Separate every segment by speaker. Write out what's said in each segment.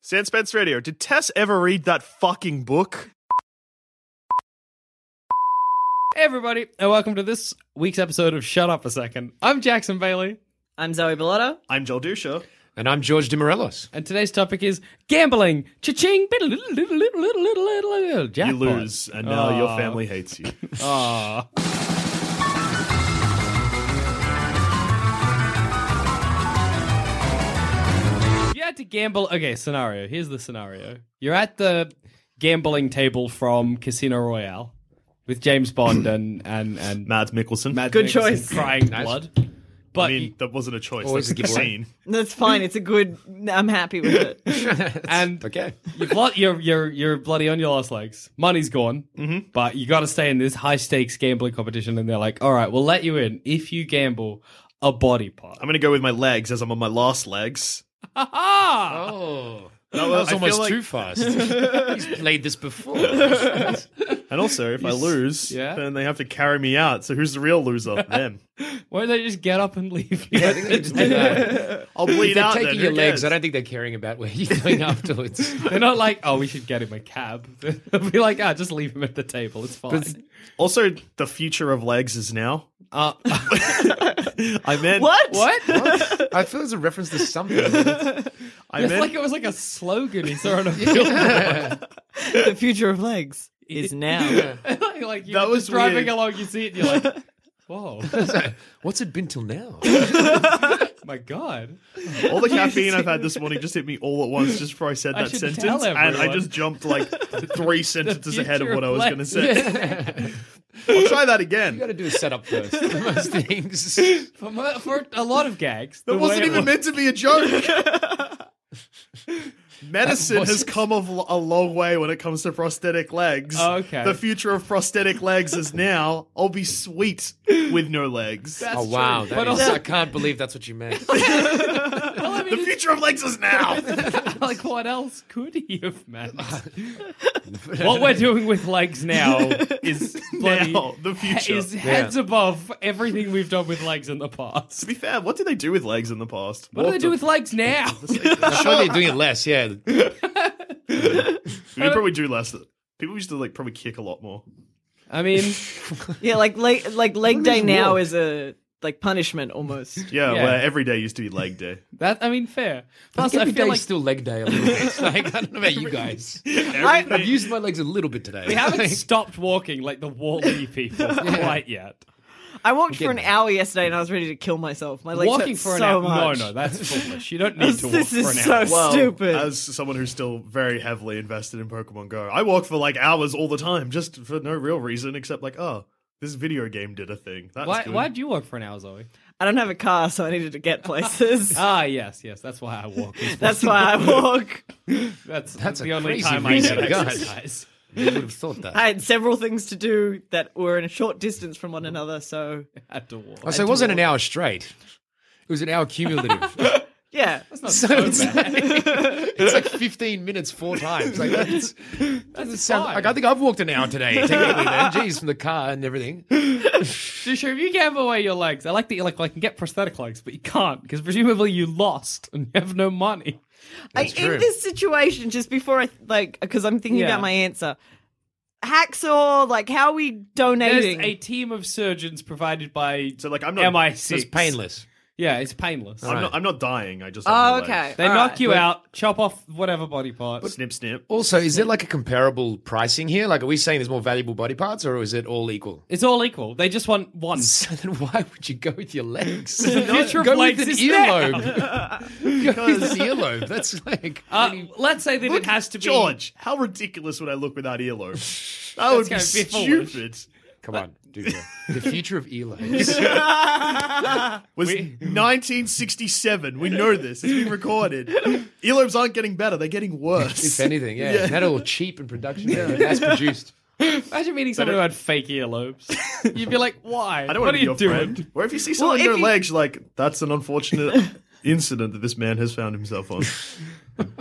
Speaker 1: San Spence Radio. Did Tess ever read that fucking book?
Speaker 2: Hey everybody, and welcome to this week's episode of Shut Up a Second. I'm Jackson Bailey,
Speaker 3: I'm Zoe Bellotta.
Speaker 1: I'm Joel Dusha.
Speaker 4: And I'm George DeMorellos.
Speaker 2: and today's topic is gambling. Cha-ching! Jackpot.
Speaker 1: You lose, and now your family hates you.
Speaker 2: Aw. If You had to gamble. Okay, scenario. Here's the scenario. You're at the gambling table from Casino Royale with James Bond and and and
Speaker 1: Mads Mikkelsen. Mad
Speaker 3: Good
Speaker 2: Mikkelsen
Speaker 3: choice.
Speaker 2: Crying blood.
Speaker 1: I
Speaker 2: But
Speaker 1: mean, that wasn't a choice.
Speaker 4: Always
Speaker 1: That's
Speaker 4: a
Speaker 1: a
Speaker 4: giveaway.
Speaker 1: scene.
Speaker 3: That's fine. It's a good. I'm happy with it.
Speaker 2: and
Speaker 4: Okay.
Speaker 2: you're, blo- you're you're you're bloody on your last legs. Money's gone, but you got to stay in this high stakes gambling competition. And they're like, "All right, we'll let you in if you gamble a body part."
Speaker 1: I'm going to go with my legs as I'm on my last legs.
Speaker 2: Ah!
Speaker 4: Oh.
Speaker 1: That
Speaker 4: That
Speaker 1: was-
Speaker 4: was,
Speaker 1: I feel
Speaker 4: almost
Speaker 1: like-
Speaker 4: too fast. He's played this before. That's
Speaker 1: And also, if I lose,
Speaker 2: yeah?
Speaker 1: then they have to carry me out. So who's the real loser? Them.
Speaker 2: Why don't they just get up and leave?
Speaker 4: I think they just did that.
Speaker 1: I'll bleed
Speaker 4: They're
Speaker 1: out.
Speaker 4: taking
Speaker 1: then.
Speaker 4: your
Speaker 1: Who
Speaker 4: legs. I
Speaker 1: cares?
Speaker 4: don't think they're caring about where you're going afterwards.
Speaker 2: They're not like, "Oh, we should get him a cab." They'll be like, "Ah, just leave him at the table. It's fine."
Speaker 1: Also, the future of legs is now.
Speaker 2: Uh,
Speaker 1: I meant
Speaker 3: what?
Speaker 2: what?
Speaker 4: I feel there's a reference to something.
Speaker 1: I
Speaker 2: It's
Speaker 1: meant
Speaker 2: like it was like a slogan he saw on a billboard.
Speaker 3: The future of legs is now.
Speaker 2: like you're
Speaker 1: That was
Speaker 2: just driving
Speaker 1: weird.
Speaker 2: along, you see it, and you're like, "Whoa,
Speaker 4: What's it been till now?
Speaker 2: my god!"
Speaker 1: all the caffeine I've had this morning just hit me all at once just before I said
Speaker 2: I
Speaker 1: that
Speaker 2: should
Speaker 1: sentence,
Speaker 2: tell
Speaker 1: and I
Speaker 2: everyone.
Speaker 1: just jumped like three sentences ahead of
Speaker 2: future
Speaker 1: what I
Speaker 2: of
Speaker 1: was going to
Speaker 2: legs.
Speaker 1: say. I'll try that again.
Speaker 4: you got to do a setup first. Most things.
Speaker 2: For, mo- for a lot of gags,
Speaker 1: That
Speaker 2: the
Speaker 1: wasn't
Speaker 2: way it
Speaker 1: even
Speaker 2: was-
Speaker 1: meant to be a joke. Medicine has
Speaker 4: wasn't-
Speaker 1: come a, l- a long way when it comes to prosthetic legs.
Speaker 2: Oh, okay.
Speaker 1: The future of prosthetic legs is now. I'll be sweet with no legs.
Speaker 4: oh wow! that
Speaker 2: But
Speaker 4: is-
Speaker 2: also-
Speaker 4: I can't believe that's what you meant.
Speaker 2: Well, I
Speaker 1: the
Speaker 2: mean,
Speaker 1: future of legs is now.
Speaker 2: like what else could he have meant? what we're doing with legs now is bloody
Speaker 1: now, the future.
Speaker 2: is heads above everything we've done with legs in the past.
Speaker 1: to be fair, what did they do with legs in the past?
Speaker 2: What do they do with legs now?
Speaker 4: I'm sure they're doing it less. Yeah.
Speaker 2: Uh,
Speaker 1: They probably do less. People used to like probably kick a lot more.
Speaker 2: I mean,
Speaker 3: Yeah, like leg, like leg day
Speaker 4: is
Speaker 3: now
Speaker 4: walk?
Speaker 3: is a like punishment almost.
Speaker 1: Yeah,
Speaker 2: Yeah.
Speaker 1: where every day used to be leg day.
Speaker 2: that I mean, fair. Plus,
Speaker 4: Plus,
Speaker 2: I
Speaker 4: every
Speaker 2: feel
Speaker 4: day's
Speaker 2: like
Speaker 4: still leg day a little bit. It's like, I don't know about you guys.
Speaker 3: I,
Speaker 4: I've used my legs a little bit today.
Speaker 2: we haven't stopped walking like the Wally people quite yet.
Speaker 3: I walked for an hour yesterday and I was ready to kill myself. My legs
Speaker 2: Walking
Speaker 3: hurt
Speaker 2: for an
Speaker 3: so
Speaker 2: hour?
Speaker 3: much.
Speaker 2: No, no, that's foolish. You don't need to walk
Speaker 3: this
Speaker 2: for an hour.
Speaker 3: is so stupid.
Speaker 1: As someone who's still very heavily invested in Pokemon Go, I walk for like hours all the time just for no real reason except like, oh, this video game did a thing. That's
Speaker 2: Why?
Speaker 1: good.
Speaker 2: Why'd you walk for an hour, Zoe?
Speaker 3: I don't have a car, so I needed to get places.
Speaker 2: Ah, yes, yes. That's why I walk. It's
Speaker 3: That's why I walk.
Speaker 2: That's
Speaker 4: That's
Speaker 2: that's
Speaker 4: a
Speaker 2: the only
Speaker 4: crazy
Speaker 2: time
Speaker 4: reason,
Speaker 2: I get
Speaker 4: God.
Speaker 2: exercise.
Speaker 4: You would have thought that.
Speaker 3: I had several things to do that were in a short distance from one another, so
Speaker 2: At the wall.
Speaker 4: Oh, so it wasn't an hour straight. It was an hour cumulative.
Speaker 3: yeah.
Speaker 4: so it's, like, it's like 15 minutes four times. Like that's, that sounds,
Speaker 2: fine.
Speaker 4: like I think I've walked an hour today, technically, man. Jeez, from the car and everything.
Speaker 2: Dusha, if you gave away your legs, I like that you're like, well, I can get prosthetic legs, but you can't because presumably you lost and you have no money.
Speaker 3: I,
Speaker 4: true.
Speaker 3: in this situation, just before I like, because I'm thinking
Speaker 2: Yeah.
Speaker 3: about my answer. Hacksaw, like, how are we
Speaker 2: There's
Speaker 3: donating?
Speaker 2: a team of surgeons provided by
Speaker 1: So like I'm not
Speaker 2: MI6.
Speaker 4: So it's painless.
Speaker 2: Yeah, it's painless.
Speaker 1: I'm
Speaker 4: Right.
Speaker 1: not I'm not dying. I just
Speaker 3: oh,
Speaker 1: have no
Speaker 3: okay.
Speaker 1: legs.
Speaker 2: They
Speaker 3: All
Speaker 2: knock
Speaker 3: right.
Speaker 2: you out, chop off whatever body part.
Speaker 1: Snip snip.
Speaker 4: Also, is there like a comparable pricing here? Like, are we saying there's more valuable body parts or is it all equal?
Speaker 2: It's all equal. They just want one.
Speaker 4: So then why would you go with your legs?
Speaker 2: future of
Speaker 4: go
Speaker 2: legs
Speaker 4: with an
Speaker 2: is
Speaker 4: earlobe. go with an earlobe. That's like.
Speaker 2: Uh, let's say that it has to be
Speaker 1: George, how ridiculous would I look without earlobes? That would be,
Speaker 2: That's gonna be foolish.
Speaker 1: stupid.
Speaker 4: Come on, do that. The future of earlobes.
Speaker 1: Was 1967. We know this. It's been recorded. Earlobes aren't getting better. They're getting worse.
Speaker 4: If anything, yeah. That all cheap in production, mass produced.
Speaker 2: Imagine meeting someone who had fake earlobes. You'd be like, why?
Speaker 1: I don't
Speaker 2: what
Speaker 1: want to
Speaker 2: are
Speaker 1: be
Speaker 2: you
Speaker 1: your
Speaker 2: doing?
Speaker 1: friend. Or if you see someone
Speaker 3: if
Speaker 1: in their
Speaker 3: you-
Speaker 1: legs, you're like, that's an unfortunate incident that this man has found himself on.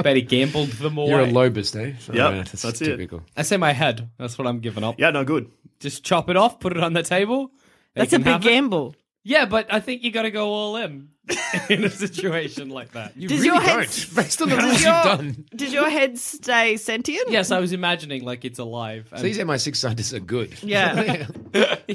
Speaker 2: Bet he gambled them away.
Speaker 4: You're a lobist, eh? So,
Speaker 1: Yep,
Speaker 4: yeah,
Speaker 1: that's it.
Speaker 4: typical.
Speaker 2: I say my head. That's what I'm giving up.
Speaker 1: yeah, no, good.
Speaker 2: Just chop it off, put it on the table. They
Speaker 3: That's a
Speaker 2: can
Speaker 3: big
Speaker 2: have it.
Speaker 3: gamble.
Speaker 2: Yeah, but I think you got to go all in in a situation like that. You
Speaker 3: Does
Speaker 2: really-
Speaker 3: your head
Speaker 4: Don't. Based on the rules
Speaker 3: does
Speaker 4: you've
Speaker 3: your,
Speaker 4: done.
Speaker 3: does your head stay sentient?
Speaker 2: yes, I was imagining like it's alive. And,
Speaker 4: So these MI6 scientists are good.
Speaker 3: Yeah.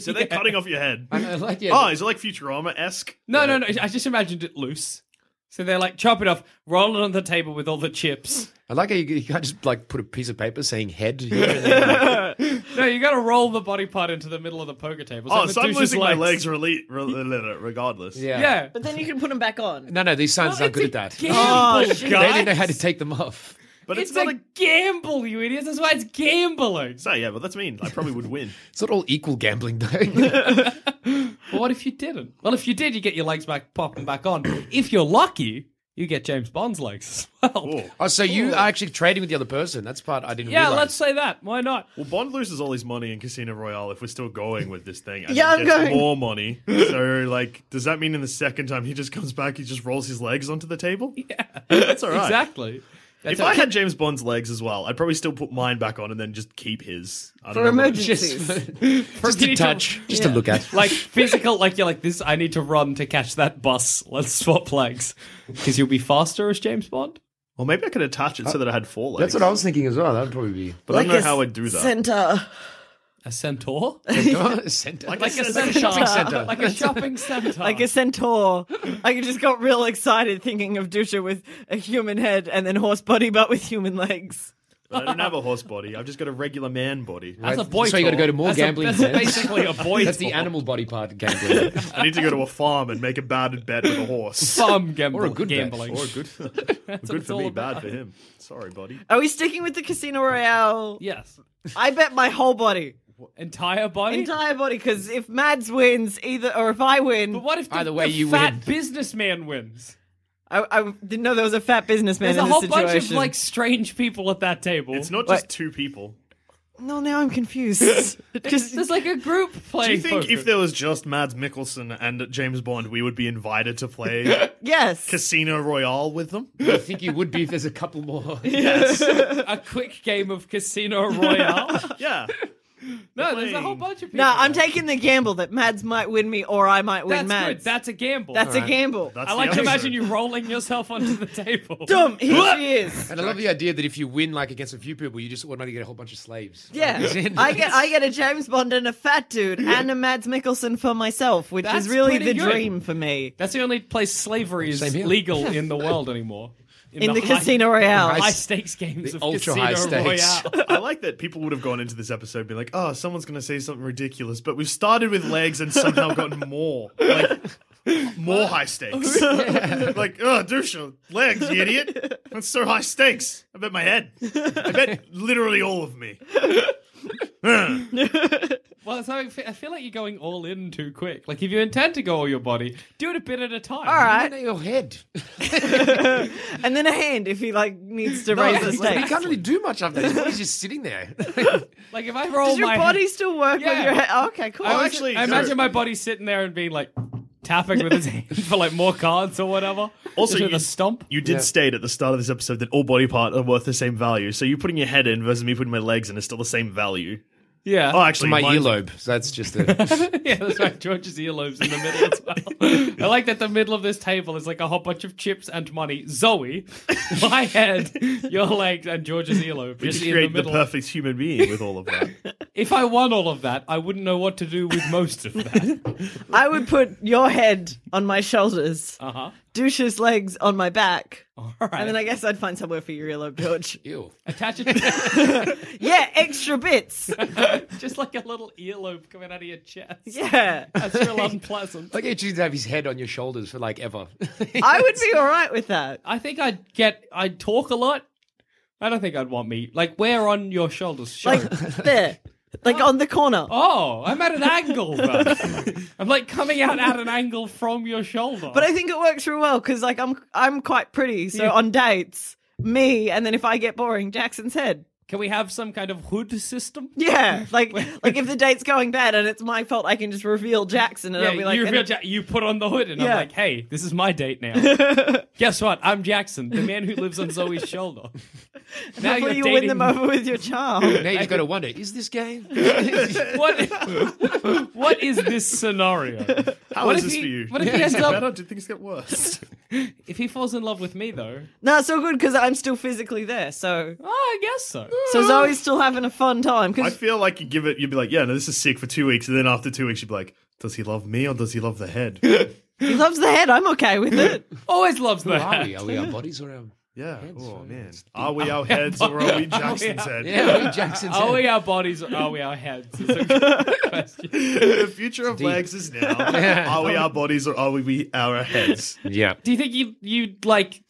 Speaker 1: So they're cutting off your head.
Speaker 4: I know, like, yeah.
Speaker 1: Oh, is it like Futurama esque?
Speaker 2: no, no, no. I just imagined it loose. So they're like chop it off, roll it on the table with all the chips.
Speaker 4: I like how you, you can't just like put a piece of paper saying head. yeah,
Speaker 2: No, you got to roll the body part into the middle of the poker table.
Speaker 1: Oh,
Speaker 2: the
Speaker 1: so I'm
Speaker 2: douche's
Speaker 1: losing my legs rele- re- regardless.
Speaker 2: Yeah.
Speaker 3: But then you can put them back on.
Speaker 4: No, no, these scientists
Speaker 2: Well,
Speaker 4: aren't good at
Speaker 2: it's a
Speaker 4: that.
Speaker 2: gamble,
Speaker 1: Oh,
Speaker 4: They didn't know
Speaker 2: guys.
Speaker 4: how to take them off.
Speaker 1: But it's,
Speaker 2: It's,
Speaker 1: not
Speaker 2: a,
Speaker 1: a.
Speaker 2: gamble, you idiots. That's why it's gambling.
Speaker 1: So, yeah, but that's mean. I probably would win.
Speaker 4: It's not all equal gambling, though.
Speaker 2: But what if you didn't? Well, if you did, you get your legs back popping back on. if you're lucky, you get James Bond's legs as well.
Speaker 1: Oh.
Speaker 4: oh, so you are actually trading with the other person. That's part I didn't
Speaker 2: Yeah,
Speaker 4: realize.
Speaker 2: let's say that. Why not?
Speaker 1: Well, Bond loses all his money in Casino Royale if we're still going with this thing. And
Speaker 3: Yeah,
Speaker 1: he
Speaker 3: I'm
Speaker 1: gets
Speaker 3: going.
Speaker 1: More money. So, like, does that mean in the second time he just comes back, he just rolls his legs onto the table? Yeah. That's all right.
Speaker 2: Exactly. That's
Speaker 1: If I had James Bond's legs as well, I'd probably still put mine back on and then just keep his. I don't
Speaker 3: For
Speaker 1: know what-
Speaker 3: emergencies.
Speaker 4: just
Speaker 2: Can
Speaker 4: to
Speaker 2: you
Speaker 4: touch, just to look at.
Speaker 2: like physical, like you're like this. I need to run to catch that bus. Let's swap legs because you'll be faster as James Bond.
Speaker 1: Well, maybe I could attach it so that I had four legs.
Speaker 4: That's what I was thinking as well. That'd probably be
Speaker 1: But I don't know how I'd do that.
Speaker 3: Center.
Speaker 2: A centaur,
Speaker 4: center.
Speaker 1: Like
Speaker 2: like a
Speaker 1: Like a
Speaker 2: centaur.
Speaker 4: shopping centre.
Speaker 2: like a shopping center.
Speaker 3: Like a centaur. I just got real excited thinking of Dusha with a human head and then horse body, but with human legs.
Speaker 1: I don't have a horse body. I've just got a regular man body.
Speaker 2: that's a
Speaker 4: Right.
Speaker 2: boy.
Speaker 4: So you gotta
Speaker 2: tour.
Speaker 4: go to more
Speaker 2: That's a-
Speaker 4: gambling
Speaker 2: That's
Speaker 4: dens.
Speaker 2: basically a boy.
Speaker 4: That's the
Speaker 2: tour.
Speaker 4: animal body part gambling.
Speaker 1: I need to go to a farm and make a bad bet with a horse.
Speaker 2: Some gambling.
Speaker 4: Or a good bet.
Speaker 2: gambling.
Speaker 1: Or good,
Speaker 2: what
Speaker 1: good
Speaker 2: it's
Speaker 1: for
Speaker 2: all
Speaker 1: me,
Speaker 2: about.
Speaker 1: bad for him. Sorry, buddy.
Speaker 3: Are we sticking with the Casino Royale?
Speaker 2: Yes.
Speaker 3: I bet my whole body.
Speaker 2: Entire body.
Speaker 3: Entire body, because if Mads wins, either, or if I
Speaker 2: But
Speaker 3: win,
Speaker 2: what if the,
Speaker 4: Either way,
Speaker 2: the
Speaker 4: you
Speaker 2: fat
Speaker 4: win.
Speaker 2: businessman wins?
Speaker 3: I, I didn't know there was a fat
Speaker 2: There's
Speaker 3: businessman
Speaker 2: a
Speaker 3: in this
Speaker 2: whole
Speaker 3: situation.
Speaker 2: bunch of like strange people at that table.
Speaker 1: It's not just two people.
Speaker 3: No, now I'm confused. Just
Speaker 2: There's like a group playing.
Speaker 1: Do you think if
Speaker 2: poker.
Speaker 1: there was just Mads Mikkelsen and James Bond, we would be invited to play
Speaker 3: yes,
Speaker 1: Casino Royale with them?
Speaker 4: I think you would be if there's a couple more.
Speaker 2: a quick game of Casino Royale?
Speaker 1: Yeah.
Speaker 2: no, there's a whole
Speaker 1: Playing.
Speaker 2: bunch of people.
Speaker 3: no, I'm
Speaker 2: there.
Speaker 3: taking the gamble that Mads might win me or I might win
Speaker 2: That's
Speaker 3: Mads.
Speaker 2: good. That's a gamble.
Speaker 3: That's a gamble.
Speaker 1: That's
Speaker 2: I
Speaker 1: the
Speaker 2: like to
Speaker 1: answer.
Speaker 2: imagine you rolling yourself onto the table.
Speaker 3: Dumb. Here she is.
Speaker 4: And I love the idea that if you win like against a few people, you just automatically get a whole bunch of slaves.
Speaker 3: Yeah, I get I get a James Bond and a fat dude and a Mads Mikkelsen for myself, which
Speaker 2: That's
Speaker 3: is really
Speaker 2: pretty
Speaker 3: the
Speaker 2: good.
Speaker 3: dream for me
Speaker 2: That's the only place slavery is
Speaker 4: Same here.
Speaker 2: legal in the world anymore.
Speaker 3: in the,
Speaker 2: high-
Speaker 3: Casino Royale.
Speaker 4: Right.
Speaker 2: High stakes games
Speaker 4: The
Speaker 2: of
Speaker 4: ultra
Speaker 2: Casino
Speaker 4: high stakes.
Speaker 2: Royale.
Speaker 1: I like that people would have gone into this episode and be like, oh, someone's going to say something ridiculous, but we've started with legs and somehow gotten more. Like, more high stakes. like, oh, Dusha, legs, you idiot. That's so high stakes. I bet my head. I bet literally all of me.
Speaker 2: Well, so I fe- I feel like you're going all in too quick. Like if you intend to go all your body, do it a bit at a time.
Speaker 3: All
Speaker 4: I
Speaker 3: right,
Speaker 4: know your head.
Speaker 3: and then a hand if he like needs to
Speaker 4: No,
Speaker 3: raise the
Speaker 4: it's like, you
Speaker 3: stakes.
Speaker 4: can't really do much after that. Your body's just sitting there.
Speaker 2: Like if I roll
Speaker 3: Does your
Speaker 2: my
Speaker 3: body still work with
Speaker 2: Yeah.
Speaker 3: your head? Oh, okay, cool.
Speaker 2: I always-
Speaker 1: actually
Speaker 2: I
Speaker 1: do.
Speaker 2: imagine my body sitting there and being like tapping with his hand for like more cards or whatever.
Speaker 1: Also,
Speaker 2: Just with
Speaker 1: you-
Speaker 2: a stomp.
Speaker 1: You did
Speaker 4: Yeah.
Speaker 1: state at the start of this episode that all body parts are worth the same value. So you putting your head in versus me putting my legs in is still the same value.
Speaker 2: Yeah.
Speaker 1: Oh, actually,
Speaker 4: My
Speaker 1: mine's-
Speaker 4: earlobe. So that's just a.
Speaker 2: yeah, that's right. George's earlobes in the middle as well. I like that the middle of this table is like a whole bunch of chips and money. Zoe, my head, your legs, and George's earlobe.
Speaker 1: You
Speaker 2: Just in the
Speaker 1: create the,
Speaker 2: middle.
Speaker 1: perfect human being with all of that.
Speaker 2: if I won all of that, I wouldn't know what to do with most of that.
Speaker 3: I would put your head on my shoulders,
Speaker 2: Uh huh.
Speaker 3: Douche's legs on my back,
Speaker 2: All right.
Speaker 3: and then I guess I'd find somewhere for your earlobe, George.
Speaker 4: Ew.
Speaker 2: attach it
Speaker 3: Yeah, extra bits.
Speaker 2: just like a little earlobe coming out of your chest.
Speaker 3: Yeah.
Speaker 2: That's real unpleasant.
Speaker 4: Like you choose to have his head on your shoulders for like ever.
Speaker 3: I would be all right with that.
Speaker 2: I think I'd get. I'd talk a lot. I don't think I'd want me. Like, where on your shoulders? Show.
Speaker 3: Like there. Like on the corner.
Speaker 2: oh, I'm at an angle. though. I'm like coming out at an angle from your shoulder.
Speaker 3: But I think it works real well cuz like I'm I'm quite pretty. So
Speaker 2: Yeah.
Speaker 3: on dates, me and then if I get boring, Jackson's head.
Speaker 2: can we have some kind of hood system?
Speaker 3: Yeah. Like like if the date's going bad and it's my fault, I can just reveal Jackson and I'll be like
Speaker 2: you,
Speaker 3: and-
Speaker 2: reveal Ja- you put on the hood, and I'm
Speaker 3: Yeah.
Speaker 2: like, "Hey, this is my date now." Guess what? I'm Jackson, the man who lives on Zoe's shoulder. Now
Speaker 3: Hopefully you
Speaker 2: you're
Speaker 3: win
Speaker 2: dating-
Speaker 3: them over with your charm.
Speaker 4: Now you've got to wonder: is this game?
Speaker 2: What, what is this scenario?
Speaker 1: How
Speaker 2: What
Speaker 1: is
Speaker 2: if
Speaker 1: this
Speaker 2: he-
Speaker 1: for you?
Speaker 2: what if
Speaker 1: Do
Speaker 2: he
Speaker 1: things
Speaker 2: ends
Speaker 1: get
Speaker 2: up-
Speaker 1: better? Do things get worse?
Speaker 2: If he falls in love with me, though,
Speaker 3: Nah, so good because I'm still physically there. So,
Speaker 2: oh, I guess so.
Speaker 3: so Zoe's still having a fun time.
Speaker 1: I
Speaker 3: Because
Speaker 1: feel like you give it. You'd be like, yeah, no, this is sick for two weeks, and then after two weeks, you'd be like, does he love me or does he love the head?
Speaker 3: he loves the head. I'm okay with it.
Speaker 2: Always loves
Speaker 4: Who
Speaker 2: that.
Speaker 4: are we? Are we our bodies or our?
Speaker 1: Yeah. oh
Speaker 4: right.
Speaker 1: man, are we our heads or are we Jackson's head?
Speaker 4: Oh, Yeah, we Jackson's.
Speaker 2: Are
Speaker 4: head.
Speaker 2: we our bodies or are we our heads? It's a good question.
Speaker 1: The future of legs is now. Are we our bodies or are we, we our heads?
Speaker 4: Yeah.
Speaker 2: Do you think you you'd like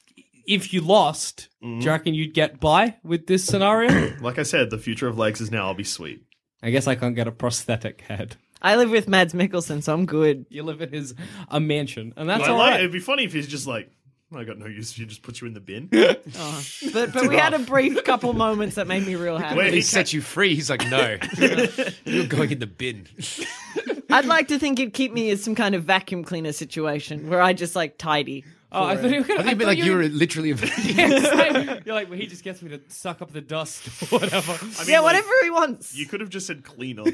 Speaker 2: if you lost, do
Speaker 4: Mm-hmm.
Speaker 2: you reckon you'd get by with this scenario?
Speaker 1: Like I said, the future of legs is now. I'll be sweet.
Speaker 2: I guess I can't get a prosthetic head.
Speaker 3: I live with Mads Mikkelsen, so I'm good.
Speaker 2: You live in his a mansion, and that's
Speaker 1: I
Speaker 2: all
Speaker 1: like-
Speaker 2: right.
Speaker 1: It'd be funny if he's just like, I got no use. You just put you in the bin.
Speaker 3: But but we had a brief couple moments that made me real happy.
Speaker 1: Wait.
Speaker 4: He set you free. He's like, no, you're going in the bin.
Speaker 3: I'd like to think it'd keep me as some kind of vacuum cleaner situation where I just like tidy.
Speaker 2: Oh, I thought you were gonna.
Speaker 4: I think it meant
Speaker 2: thought
Speaker 4: like you
Speaker 2: were-
Speaker 4: were literally. A...
Speaker 2: It's like- you're like, well, he just gets me to suck up the dust or whatever.
Speaker 1: I mean,
Speaker 3: yeah,
Speaker 1: like,
Speaker 3: whatever he wants.
Speaker 1: You could have just said cleaner.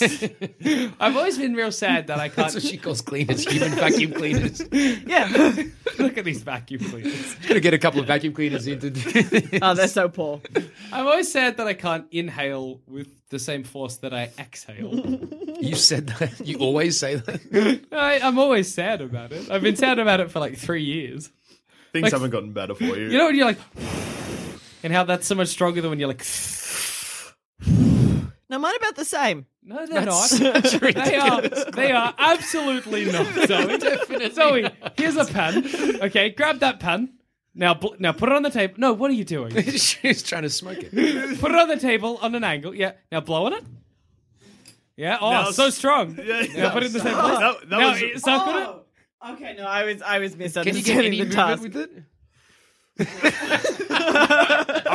Speaker 2: I've always been real sad that I can't
Speaker 4: That's what she calls cleaners, human vacuum cleaners.
Speaker 3: Yeah.
Speaker 2: look at these vacuum cleaners.
Speaker 4: Gonna get a couple of vacuum cleaners into.
Speaker 3: oh, they're so poor.
Speaker 2: I've always said that I can't inhale with the same force that I exhale.
Speaker 4: you said that. You always say that.
Speaker 2: I, I'm always sad about it. I've been sad about it for like three years.
Speaker 1: Things
Speaker 2: Like-
Speaker 1: haven't gotten better for you.
Speaker 2: You know when you're like, and how that's so much stronger than when you're like,
Speaker 3: No, mine about the same.
Speaker 2: no, they're not. They are. They are absolutely not, Zoe. Zoe, here's a pen. Okay, grab that pen. Now, bl- now put it on the table. No, what are you doing?
Speaker 4: She's trying to smoke it.
Speaker 2: Put it on the table on an angle. Yeah. Now blow on it. Yeah. Oh,
Speaker 1: Now-
Speaker 2: so strong.
Speaker 1: Yeah, yeah.
Speaker 2: Now put it in the same place.
Speaker 1: That, that
Speaker 2: now
Speaker 1: was,
Speaker 2: it- suck
Speaker 3: Oh,
Speaker 2: on it.
Speaker 3: Okay, no, I was I was
Speaker 4: Can you get
Speaker 3: misunderstanding the
Speaker 4: any movement
Speaker 3: task.
Speaker 4: with it?
Speaker 1: all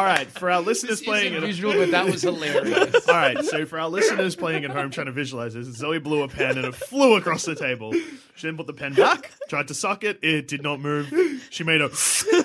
Speaker 1: right for our listeners playing
Speaker 4: It's
Speaker 1: it.
Speaker 4: unusual, but that was hilarious.
Speaker 1: All right, so for our listeners playing at home trying to visualize this, Zoe blew a pen and it flew across the table. She then put the pen back, tried to suck it, it did not move. She made a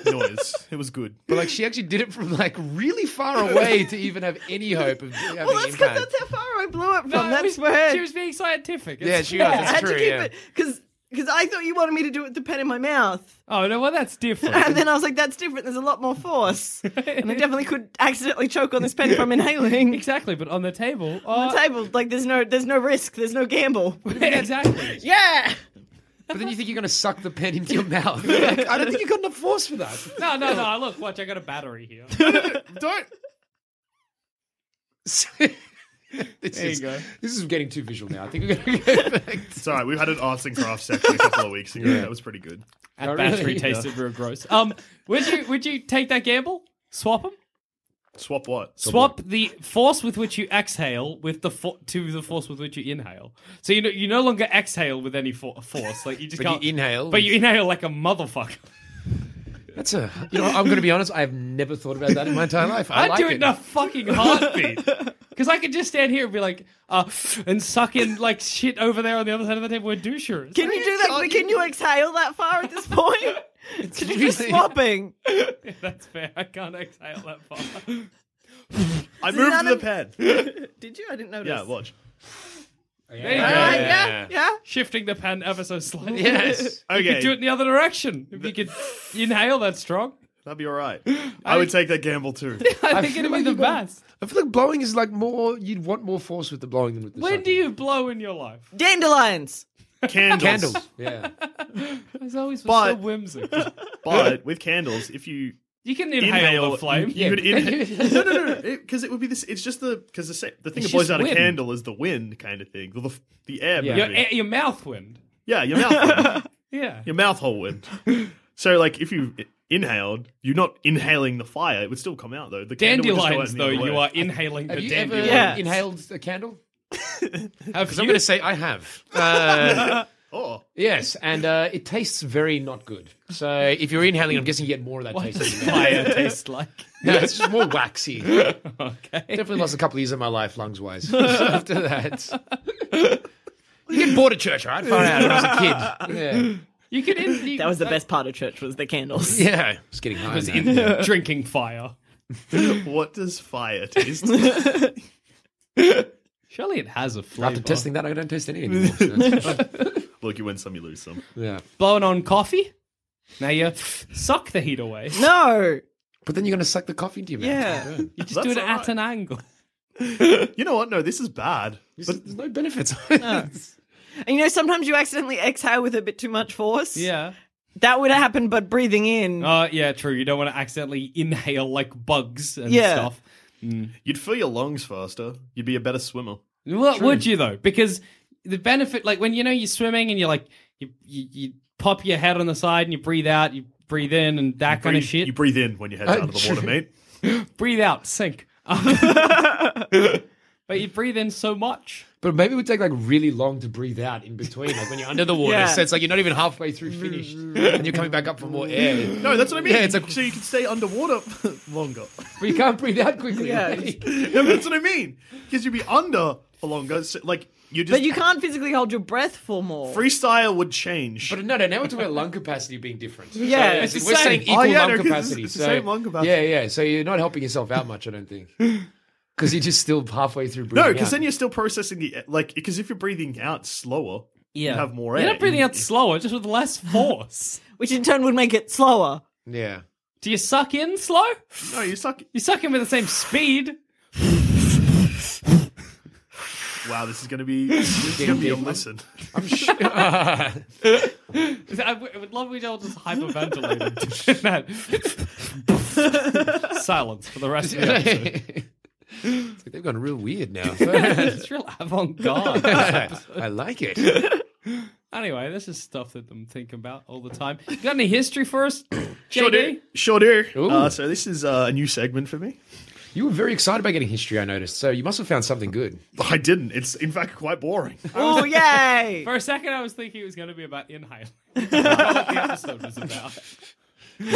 Speaker 1: noise. It was good.
Speaker 4: But like, she actually did it from like really far away to even have any hope of having
Speaker 3: Well, that's because
Speaker 4: impact.
Speaker 3: that's how far I blew it from.
Speaker 2: No,
Speaker 3: that's
Speaker 2: was-
Speaker 3: where
Speaker 2: she was being scientific.
Speaker 4: Yeah,
Speaker 2: It's-
Speaker 4: she was.
Speaker 3: I
Speaker 4: That's
Speaker 3: had
Speaker 4: true.
Speaker 3: to keep
Speaker 4: yeah.
Speaker 3: it because because I thought you wanted me to do it with the pen in my mouth.
Speaker 2: Oh no, well that's different.
Speaker 3: And then I was like, that's different. There's a lot more force. And I definitely could accidentally choke on this pen from inhaling.
Speaker 2: exactly, but on the table. uh,
Speaker 3: On the table, like there's no there's no risk, there's no gamble.
Speaker 2: exactly.
Speaker 3: Yeah.
Speaker 4: But then you think you're gonna suck the pen into your mouth. Like, I don't think you got enough force for that.
Speaker 2: No, no, no. Look, watch. I got a battery here.
Speaker 1: Don't
Speaker 4: this
Speaker 2: you
Speaker 4: is,
Speaker 2: go.
Speaker 4: This is getting too visual now. I think we're gonna go back.
Speaker 1: It's all right, we've had an arts and crafts section a couple of weeks ago. That was pretty good.
Speaker 2: That
Speaker 4: Oh, really?
Speaker 2: battery tasted real gross. Um, would you would you take that gamble? Swap them.
Speaker 1: Swap what?
Speaker 2: Swap the force with which you exhale with the fo- to the force with which you inhale. So you know you no longer exhale with any for- force. Like you just
Speaker 4: But you
Speaker 2: can't
Speaker 4: inhale
Speaker 2: But
Speaker 4: with-
Speaker 2: you inhale like a motherfucker.
Speaker 4: That's a. You know, I'm gonna be honest. I have never thought about that in my entire life. I,
Speaker 2: I'd
Speaker 4: like
Speaker 2: do
Speaker 4: it.
Speaker 2: it in a fucking heartbeat. Because I could just stand here and be like, uh, and suck in like shit over there on the other side of the table where doucher is.
Speaker 3: Can you do that? But can you exhale that far at this point? Because you're just
Speaker 4: really-
Speaker 3: swapping.
Speaker 2: That's fair. I can't exhale that far.
Speaker 1: I moved
Speaker 3: none
Speaker 1: the
Speaker 3: of-
Speaker 1: pen.
Speaker 3: Did you? I didn't notice. Uh,
Speaker 1: Yeah, watch.
Speaker 2: There you go.
Speaker 3: Yeah,
Speaker 4: Yeah.
Speaker 3: yeah, yeah.
Speaker 2: Shifting the pen ever so slightly.
Speaker 4: Yes.
Speaker 2: You could do it
Speaker 1: Okay,
Speaker 2: in the other direction. If you could inhale that strong,
Speaker 1: that'd be all right. I would take that gamble too.
Speaker 2: I think it'd be the best.
Speaker 4: I feel like blowing is like more. You'd want more force with the blowing than with the.
Speaker 2: When
Speaker 4: sucking.
Speaker 2: do you blow in your life?
Speaker 3: Dandelions.
Speaker 1: Candles.
Speaker 4: candles? Yeah.
Speaker 2: It's always
Speaker 1: But-
Speaker 2: so whimsy.
Speaker 1: But with candles, if you
Speaker 2: You can inhale,
Speaker 1: Inhale,
Speaker 2: the flame.
Speaker 1: you could inhale. no, no, no, because it would be this. It's just the because the sa- the thing
Speaker 2: It's
Speaker 1: that blows
Speaker 2: just
Speaker 1: out a
Speaker 2: wind.
Speaker 1: candle is the wind kind of thing, the the, the air.
Speaker 4: Yeah.
Speaker 2: Your,
Speaker 1: moving.
Speaker 2: air- your mouth wind.
Speaker 1: Yeah, your mouth,
Speaker 2: Yeah.
Speaker 1: your mouth hole wind. So, like, if you i- inhaled, you're not inhaling the fire; it would still come out, though. The candle would just go out
Speaker 2: Dandelions,
Speaker 1: in
Speaker 2: though,
Speaker 1: the other
Speaker 2: you
Speaker 1: way.
Speaker 2: are inhaling
Speaker 4: Have
Speaker 2: the
Speaker 4: you ever
Speaker 2: dandelion.
Speaker 3: Yeah.
Speaker 4: inhaled a candle?
Speaker 2: Have
Speaker 4: Because I'm
Speaker 2: you-
Speaker 4: going to say I have. Uh,
Speaker 1: Oh,
Speaker 4: yes, and uh, it tastes very not good. So if you're inhaling, I'm guessing you get more of that
Speaker 2: What
Speaker 4: taste.
Speaker 2: does
Speaker 4: in your mouth.
Speaker 2: fire taste like?
Speaker 4: No, it's just more waxy. Definitely
Speaker 2: Okay.
Speaker 4: lost a couple of years of my life lungs wise. After that, you get bored at church, right? Far out when I was a kid.
Speaker 2: You could in- you-
Speaker 3: Uh, That was the best part of church was the candles.
Speaker 4: Yeah, yeah. It's getting high.
Speaker 2: was
Speaker 4: now.
Speaker 2: in- drinking fire.
Speaker 1: Oh, what does fire taste?
Speaker 2: Surely it has a flavor.
Speaker 4: After testing that, I don't taste any anymore. so that's fine.
Speaker 1: Look, you win some, you lose some.
Speaker 4: yeah.
Speaker 2: Blowing on coffee. Now you suck the heat away.
Speaker 3: No.
Speaker 4: But then you're going to suck the coffee into your mouth.
Speaker 3: Yeah.
Speaker 4: You don't.
Speaker 2: You just
Speaker 1: That's
Speaker 2: do it
Speaker 1: all
Speaker 2: at
Speaker 1: right.
Speaker 2: an angle.
Speaker 1: You know what? No, this is bad. But
Speaker 4: But there's no benefits. No.
Speaker 3: And you know, sometimes you accidentally exhale with a bit too much force.
Speaker 2: Yeah.
Speaker 3: That would happen, but breathing in.
Speaker 2: Uh, yeah, true. You don't want to accidentally inhale like bugs and
Speaker 3: Yeah.
Speaker 2: stuff.
Speaker 1: you'd fill your lungs faster. You'd be a better swimmer.
Speaker 2: Well, would you though? Because the benefit, like when you know you're swimming and you're like you, you you pop your head on the side and you breathe out, you breathe in and that kind
Speaker 1: breathe,
Speaker 2: of shit.
Speaker 1: You breathe in when your head's
Speaker 4: Oh,
Speaker 1: out of the water,
Speaker 4: true.
Speaker 1: mate.
Speaker 2: breathe out, sink. but you breathe in so much.
Speaker 4: But maybe it would take like really long to breathe out in between, like when you're under the water.
Speaker 3: Yeah.
Speaker 4: So it's like you're not even halfway through finished, and you're coming back up for more air.
Speaker 1: No, that's what I mean.
Speaker 4: Yeah, it's a-
Speaker 1: So you can stay underwater longer.
Speaker 4: But you can't breathe out quickly.
Speaker 3: Yeah.
Speaker 4: right?
Speaker 1: Yeah, but that's what I mean. Because you'd be under for longer. So, like, you just.
Speaker 3: But you can't physically hold your breath for more.
Speaker 1: Freestyle would change.
Speaker 4: But no, no. Now we're talking about lung capacity being different.
Speaker 3: Yeah.
Speaker 4: So
Speaker 3: It's
Speaker 2: the
Speaker 4: we're
Speaker 2: same.
Speaker 4: saying
Speaker 2: Oh,
Speaker 4: equal
Speaker 1: yeah,
Speaker 4: lung
Speaker 1: no, 'cause it's-
Speaker 4: capacity.
Speaker 1: it's the
Speaker 4: so,
Speaker 1: same lung capacity.
Speaker 4: Yeah, yeah. So you're not helping yourself out much, I don't think, because you're just still halfway through breathing.
Speaker 1: no, because
Speaker 4: out.
Speaker 1: then you're still processing the. Like, because if you're breathing out slower,
Speaker 2: Yeah,
Speaker 1: you have more air.
Speaker 2: You're not breathing out slower, just with less force.
Speaker 3: which in turn would make it slower.
Speaker 4: yeah.
Speaker 2: do you suck in slow?
Speaker 1: No, you suck.
Speaker 2: You suck in with the same speed.
Speaker 1: Wow, this is going to be. This is going to be a listen.
Speaker 4: I'm sure. yeah,
Speaker 2: I w- I would love we all just hyperventilated. Silence for the rest of the episode.
Speaker 4: they've gone real weird now.
Speaker 2: it's real avant-garde.
Speaker 4: I like it.
Speaker 2: Anyway, this is stuff that I'm thinking about all the time. You got any history for us?
Speaker 1: Sure do.
Speaker 2: JD?
Speaker 1: Sure do.
Speaker 4: Ooh.
Speaker 1: Uh, so this is uh, a new segment for me.
Speaker 4: You were very excited about getting history. I noticed. So you must have found something good.
Speaker 1: I didn't. It's in fact quite boring.
Speaker 3: Oh, yay!
Speaker 2: For a second, I was thinking it was going to be about inhaling. That's what the episode was about.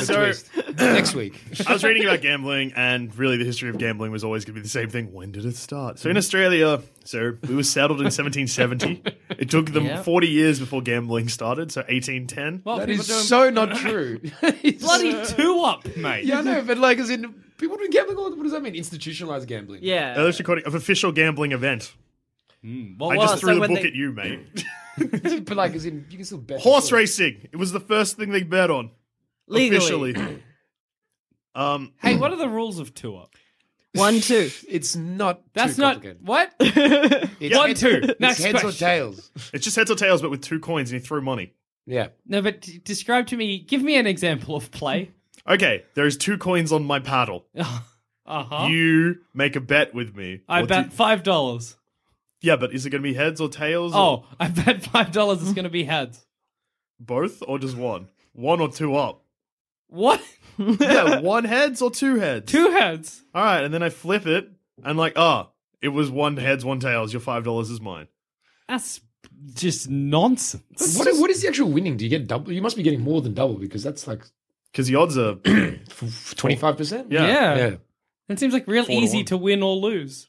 Speaker 1: So-
Speaker 4: twist. next week.
Speaker 1: I was reading about gambling, and really, the history of gambling was always going to be the same thing. When did it start?
Speaker 2: Hmm.
Speaker 1: So, in Australia, so we were settled in 1770. It took them
Speaker 2: Yeah.
Speaker 1: 40 years before gambling started, so 1810.
Speaker 2: Well,
Speaker 4: That
Speaker 2: people
Speaker 4: is
Speaker 2: doing
Speaker 4: so not true.
Speaker 2: bloody two-up, mate.
Speaker 4: Yeah, I know, but like, as in, people do gambling all the What does that mean? Institutionalized gambling.
Speaker 3: Yeah.
Speaker 1: Uh, that's recording of official gambling event.
Speaker 2: Well,
Speaker 1: I
Speaker 2: well,
Speaker 1: just
Speaker 3: so
Speaker 1: threw the
Speaker 3: when
Speaker 1: book
Speaker 3: they-
Speaker 1: at you, mate.
Speaker 4: but like, as in, you can still bet.
Speaker 1: Horse
Speaker 4: racing.
Speaker 1: racing. It was the first thing they bet on
Speaker 3: Legally.
Speaker 1: officially. Um,
Speaker 2: hey, what are the rules of two-up?
Speaker 3: One, two.
Speaker 4: It's not.
Speaker 2: That's
Speaker 4: too
Speaker 2: not...
Speaker 4: complicated.
Speaker 2: What?
Speaker 4: It's
Speaker 2: One,
Speaker 4: heads-
Speaker 2: two.
Speaker 4: it's
Speaker 2: Next
Speaker 4: heads or
Speaker 2: question.
Speaker 4: tails.
Speaker 1: it's just heads or tails, but with two coins, and you throw money.
Speaker 4: Yeah.
Speaker 2: No, but d- describe to me... Give me an example of play.
Speaker 1: Okay, there's two coins on my paddle.
Speaker 2: Uh-huh.
Speaker 1: You make a bet with me.
Speaker 2: I
Speaker 1: What do-
Speaker 2: bet $5.
Speaker 1: yeah, but is it going to be heads or tails? or-
Speaker 2: Oh, I bet $5 it's going to be heads.
Speaker 1: Both or just one? One or two up?
Speaker 2: What?
Speaker 1: yeah, one heads or two heads?
Speaker 2: Two heads?
Speaker 1: All right, and then I flip it and like, ah, it was one heads, one tails. Your five dollars is mine.
Speaker 2: That's just nonsense.
Speaker 4: What, what is the actual winning? Do you get double? You must be getting more than double because that's like
Speaker 1: Because the odds are,
Speaker 4: twenty five percent.
Speaker 1: Yeah.
Speaker 2: Yeah.
Speaker 4: Yeah.
Speaker 2: It seems like real
Speaker 1: Four to
Speaker 2: easy
Speaker 1: one.
Speaker 2: to, win or lose.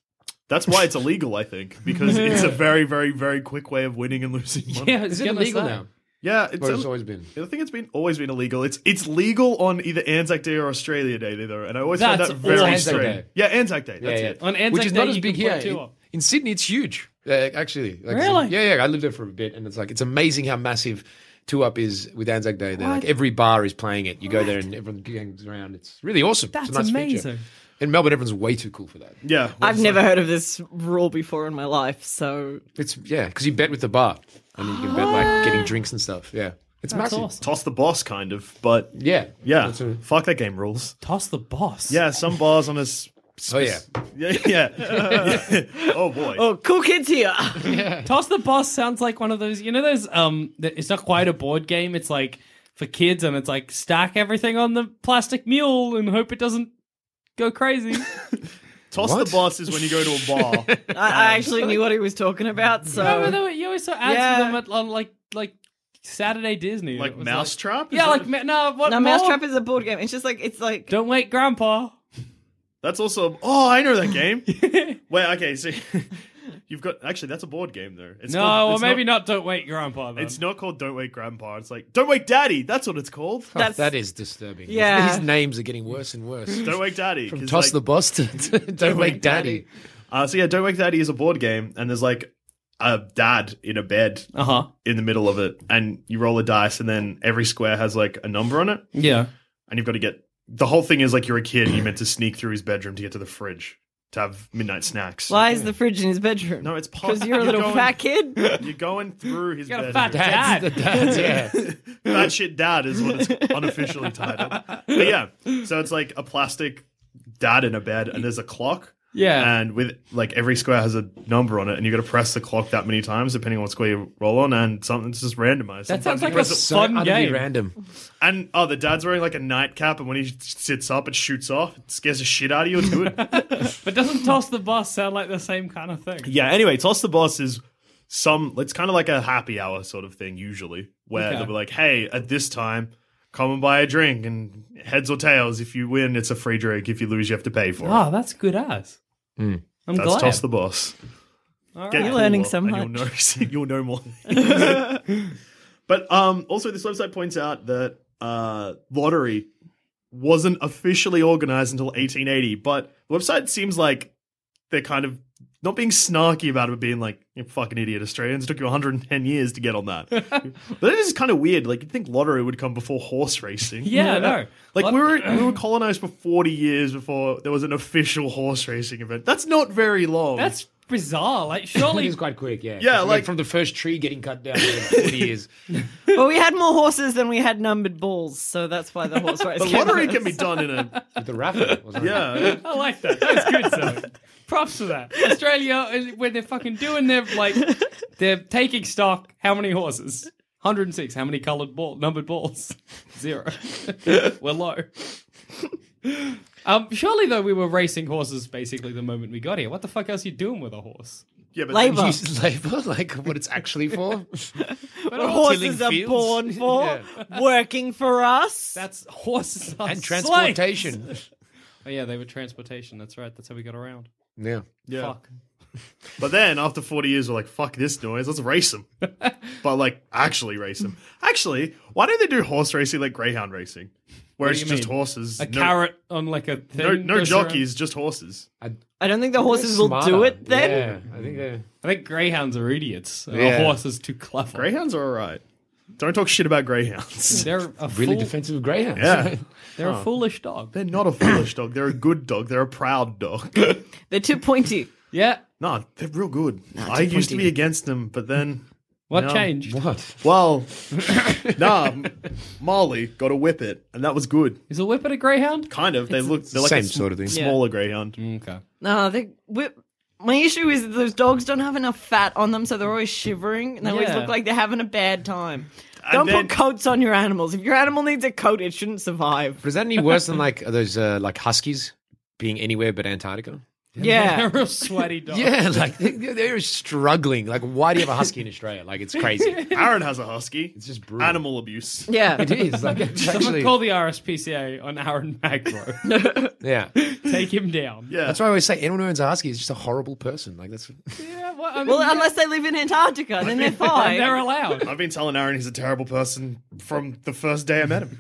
Speaker 1: that's why it's illegal, I think, because it's a very, very, very quick way of winning and losing money.
Speaker 2: Yeah, it's
Speaker 4: Is it
Speaker 2: getting
Speaker 4: illegal
Speaker 2: us
Speaker 4: now?
Speaker 1: Yeah, it's.
Speaker 4: Or it's
Speaker 1: ill-
Speaker 4: always been.
Speaker 1: I think it's been always been illegal. It's it's legal on either Anzac Day or Australia Day, though, and I always find
Speaker 2: That's
Speaker 1: that very
Speaker 2: all
Speaker 4: Anzac
Speaker 1: strange.
Speaker 4: Day.
Speaker 1: Yeah, Anzac Day. That's
Speaker 4: yeah,
Speaker 1: it.
Speaker 4: yeah.
Speaker 2: On Anzac
Speaker 4: Which is not
Speaker 2: Day,
Speaker 4: as
Speaker 2: you
Speaker 4: big
Speaker 2: can put
Speaker 4: here.
Speaker 2: two
Speaker 4: In,
Speaker 2: up.
Speaker 4: in Sydney, it's huge. Uh, actually, like,
Speaker 2: Really?
Speaker 4: Yeah, yeah. I lived there for a bit, and it's like it's amazing how massive Two Up is with Anzac Day. There, like every bar is playing it. You go there, and everyone gangs around. It's really awesome.
Speaker 2: That's
Speaker 4: it's a nice
Speaker 2: amazing.
Speaker 4: Feature. In Melbourne, everyone's way too cool for that.
Speaker 1: Yeah,
Speaker 3: I've never heard of this rule before in my life, so.
Speaker 4: It's yeah, because you bet with the bar, and you can bet like getting drinks and stuff. Yeah,
Speaker 2: That's
Speaker 4: it's massive.
Speaker 2: awesome.
Speaker 1: toss the boss, kind of, but
Speaker 4: Yeah,
Speaker 1: yeah,
Speaker 4: That's a- oh,
Speaker 1: fuck that game rules.
Speaker 2: Toss the boss.
Speaker 1: Yeah, some bars on a. s-
Speaker 4: oh yeah.
Speaker 1: Yeah, yeah. oh boy.
Speaker 3: Oh, cool kids here!
Speaker 2: Toss the boss sounds like one of those. You know those. Um, th- it's not quite a board game. It's like for kids, and it's like stack everything on the plastic mule and hope it doesn't go crazy.
Speaker 1: Toss
Speaker 4: What?
Speaker 1: the boss is when you go to a bar.
Speaker 3: I, I actually knew what he was talking about,
Speaker 2: Remember
Speaker 3: so.
Speaker 2: though, you always saw ads
Speaker 3: Yeah.
Speaker 2: for them at, on like like Saturday Disney.
Speaker 1: like
Speaker 2: It was
Speaker 1: Mousetrap? Is
Speaker 2: yeah,
Speaker 1: that-
Speaker 2: like ma- no. What?
Speaker 3: Now,
Speaker 2: more?
Speaker 3: Mousetrap is a board game. It's just like, it's like.
Speaker 2: Don't wait, Grandpa.
Speaker 1: That's also. Oh, I know that game. Wait, okay, so. You've got actually that's a board game though. It's
Speaker 2: No,
Speaker 1: called-
Speaker 2: well,
Speaker 1: it's
Speaker 2: maybe not, Don't Wait Grandpa. Then.
Speaker 1: It's not called Don't Wake Grandpa. It's like Don't Wake Daddy. That's what it's called.
Speaker 3: That's-
Speaker 4: Oh, that is disturbing.
Speaker 3: Yeah.
Speaker 4: His names are getting worse and worse.
Speaker 1: Don't Wake Daddy. 'cause,
Speaker 4: Toss
Speaker 1: like-
Speaker 4: the boss to Don't Wake Daddy.
Speaker 1: Uh, so yeah, Don't Wake Daddy is a board game, and there's like a dad in a bed
Speaker 2: Uh huh.
Speaker 1: in the middle of it, and you roll a dice, and then every square has like a number on it,
Speaker 2: Yeah.
Speaker 1: and you've got to get. The whole thing is like you're a kid, and you're meant to sneak through his bedroom to get to the fridge to have midnight snacks.
Speaker 3: Why is the fridge in his bedroom?
Speaker 1: No, it's pos-
Speaker 3: because you're a little
Speaker 1: going,
Speaker 3: fat kid.
Speaker 1: You're going through his
Speaker 2: You got a
Speaker 1: bedroom.
Speaker 2: fat dad.
Speaker 4: Dad's the dad's, yeah.
Speaker 1: That shit dad is what it's unofficially titled. But yeah, so it's like a plastic dad in a bed, and there's a clock,
Speaker 2: Yeah.
Speaker 1: and with like every square has a number on it, and you got to press the clock that many times depending on what square you roll on, and something's just randomized.
Speaker 2: That
Speaker 1: Sometimes
Speaker 2: sounds
Speaker 1: you
Speaker 2: like a
Speaker 1: press it-
Speaker 4: So
Speaker 2: fun
Speaker 4: utterly
Speaker 2: game.
Speaker 4: random.
Speaker 1: and oh, the dad's wearing like a nightcap, and when he sits up, it shoots off. It scares the shit out of you. It's good.
Speaker 2: But doesn't Toss the Boss sound like the same kind of thing?
Speaker 1: yeah. Anyway, toss the boss is some. It's kind of like a happy hour sort of thing usually, where
Speaker 2: Okay.
Speaker 1: they'll be like, "Hey, at this time." Come and buy a drink, and heads or tails. If you win, it's a free drink. If you lose, you have to pay for it.
Speaker 2: Oh, that's good ass. I'm
Speaker 1: That's
Speaker 2: glad.
Speaker 1: toss the boss.
Speaker 2: All
Speaker 1: Get
Speaker 2: right.
Speaker 3: You're learning
Speaker 1: cooler,
Speaker 3: so
Speaker 1: and You'll know, you'll know more. things. but um, also, this website points out that uh, lottery wasn't officially organized until 1880. But the website seems like they're kind of not being snarky about it, but being like, "You fucking idiot, Australians! It took you 110 years to get on that." but it is kind of weird. Like you'd think lottery would come before horse racing.
Speaker 2: Yeah, I know.
Speaker 1: Like
Speaker 2: Lot-
Speaker 1: we were we were colonized for 40 years before there was an official horse racing event. That's not very long.
Speaker 2: That's bizarre. Like,
Speaker 4: It
Speaker 2: surely.
Speaker 4: is quite quick, yeah.
Speaker 1: Yeah,
Speaker 4: It's
Speaker 1: like-
Speaker 4: from the first tree getting cut down in 40 years.
Speaker 3: But we had more horses than we had numbered balls, so that's why the horse race.
Speaker 1: The
Speaker 3: came
Speaker 1: lottery
Speaker 3: first.
Speaker 1: can be done in a
Speaker 4: With the raffle, wasn't it?
Speaker 1: yeah.
Speaker 2: I like that. That's good, so props to that. Australia, is- when they're fucking doing their like, they're taking stock. How many horses? 106. How many coloured ball numbered balls? Zero. we're low. Um, surely though, we were racing horses basically the moment we got here. What the fuck else are you doing with a horse?
Speaker 1: Yeah, but
Speaker 3: Labor.
Speaker 4: Use labor, like what it's actually for.
Speaker 3: What horses
Speaker 4: tilling
Speaker 3: are
Speaker 4: fields.
Speaker 3: born for,
Speaker 4: Yeah.
Speaker 3: working for us.
Speaker 2: That's horses are
Speaker 4: and
Speaker 2: slaves.
Speaker 4: transportation.
Speaker 2: Oh yeah, they were transportation. That's right. That's how we got around.
Speaker 4: yeah.
Speaker 1: yeah.
Speaker 2: Fuck.
Speaker 1: But then after 40 years, we're like, fuck this noise. Let's race them. but like, actually race them. Actually, why don't they do horse racing like greyhound racing, where
Speaker 2: What do
Speaker 1: it's
Speaker 2: you
Speaker 1: just
Speaker 2: mean?
Speaker 1: horses,
Speaker 2: A
Speaker 1: no,
Speaker 2: carrot on like a thing.
Speaker 1: no, no
Speaker 2: goes around.
Speaker 1: jockeys, just horses.
Speaker 4: I-
Speaker 3: I don't think the horses will do
Speaker 4: Smarter.
Speaker 3: it then.
Speaker 4: Yeah, I think they're.
Speaker 2: I think greyhounds are idiots. and
Speaker 4: Yeah.
Speaker 2: A horse is too clever.
Speaker 1: Greyhounds are all right. Don't talk shit about greyhounds.
Speaker 2: They're a
Speaker 4: Really
Speaker 2: fool-
Speaker 4: defensive greyhounds.
Speaker 1: Yeah.
Speaker 2: They're a foolish dog.
Speaker 1: They're not a foolish dog. They're a good dog. They're a proud dog.
Speaker 3: They're too pointy.
Speaker 2: Yeah.
Speaker 1: no, they're real good. I used to be against them, but then,
Speaker 2: What
Speaker 1: No.
Speaker 2: changed?
Speaker 4: What?
Speaker 1: well, nah, M- Molly got a whippet, and that was good.
Speaker 2: Is a whippet a greyhound?
Speaker 1: Kind of. They look, they're like a
Speaker 4: Same
Speaker 1: sm-
Speaker 4: sort of thing.
Speaker 1: smaller greyhound.
Speaker 2: Okay.
Speaker 3: No, Uh, they. we my issue is that those dogs don't have enough fat on them, so they're always shivering and they always
Speaker 2: Yeah.
Speaker 3: look like they're having a bad time.
Speaker 1: And
Speaker 3: Don't
Speaker 1: then-
Speaker 3: put coats on your animals. If your animal needs a coat, it shouldn't survive.
Speaker 4: But is that any worse than like those uh, like huskies being anywhere but Antarctica?
Speaker 3: Yeah.
Speaker 2: They're a sweaty dog.
Speaker 4: Yeah, like they- they're, struggling. Like, why do you have a husky in Australia? Like, it's crazy.
Speaker 1: Aaron has a husky.
Speaker 4: It's just brutal.
Speaker 1: animal abuse.
Speaker 3: Yeah.
Speaker 4: It is like it's
Speaker 2: Someone
Speaker 4: actually.
Speaker 2: call the RSPCA on Aaron Magro.
Speaker 4: yeah,
Speaker 2: Take him down.
Speaker 1: Yeah.
Speaker 4: that's why I always say anyone who owns a husky is just a horrible person. Like that's
Speaker 2: Yeah, well, I mean,
Speaker 3: Well,
Speaker 2: yeah,
Speaker 3: unless they live in Antarctica, then they're
Speaker 2: and
Speaker 3: fine.
Speaker 2: they're allowed.
Speaker 1: I've been telling Aaron he's a terrible person from the first day I met him.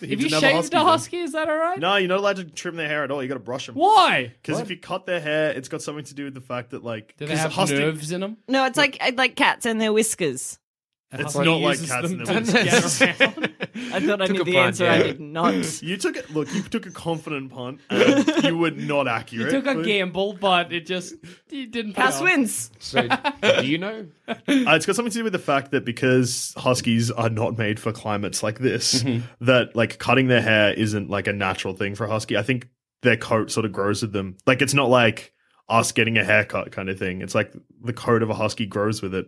Speaker 1: He
Speaker 2: If you
Speaker 1: didn't have a
Speaker 2: shaved a
Speaker 1: then.
Speaker 2: husky, is that all right?
Speaker 1: No, you're not allowed to trim their hair at all. You got to brush them.
Speaker 2: Why?
Speaker 1: Because if you cut their hair, it's got something to do with the fact that like
Speaker 2: Do they
Speaker 1: 'cause
Speaker 2: have
Speaker 1: husky-
Speaker 2: nerves in them?
Speaker 3: no, it's like it's like cats and their whiskers.
Speaker 1: It's not like cats in them.
Speaker 3: I thought I
Speaker 4: Took
Speaker 3: knew
Speaker 4: a
Speaker 3: the
Speaker 4: punt,
Speaker 3: answer.
Speaker 4: yeah.
Speaker 3: I did not.
Speaker 1: You took it. Look, you took a confident punt. And you were not accurate.
Speaker 2: You took a
Speaker 1: but-
Speaker 2: gamble, but it just it didn't. pay
Speaker 3: House
Speaker 2: off.
Speaker 3: wins.
Speaker 4: so. Do you know?
Speaker 1: Uh, it's got something to do with the fact that because huskies are not made for climates like this, that like cutting their hair isn't like a natural thing for a husky. I think their coat sort of grows with them. Like it's not like us getting a haircut kind of thing. It's like the coat of a husky grows with it.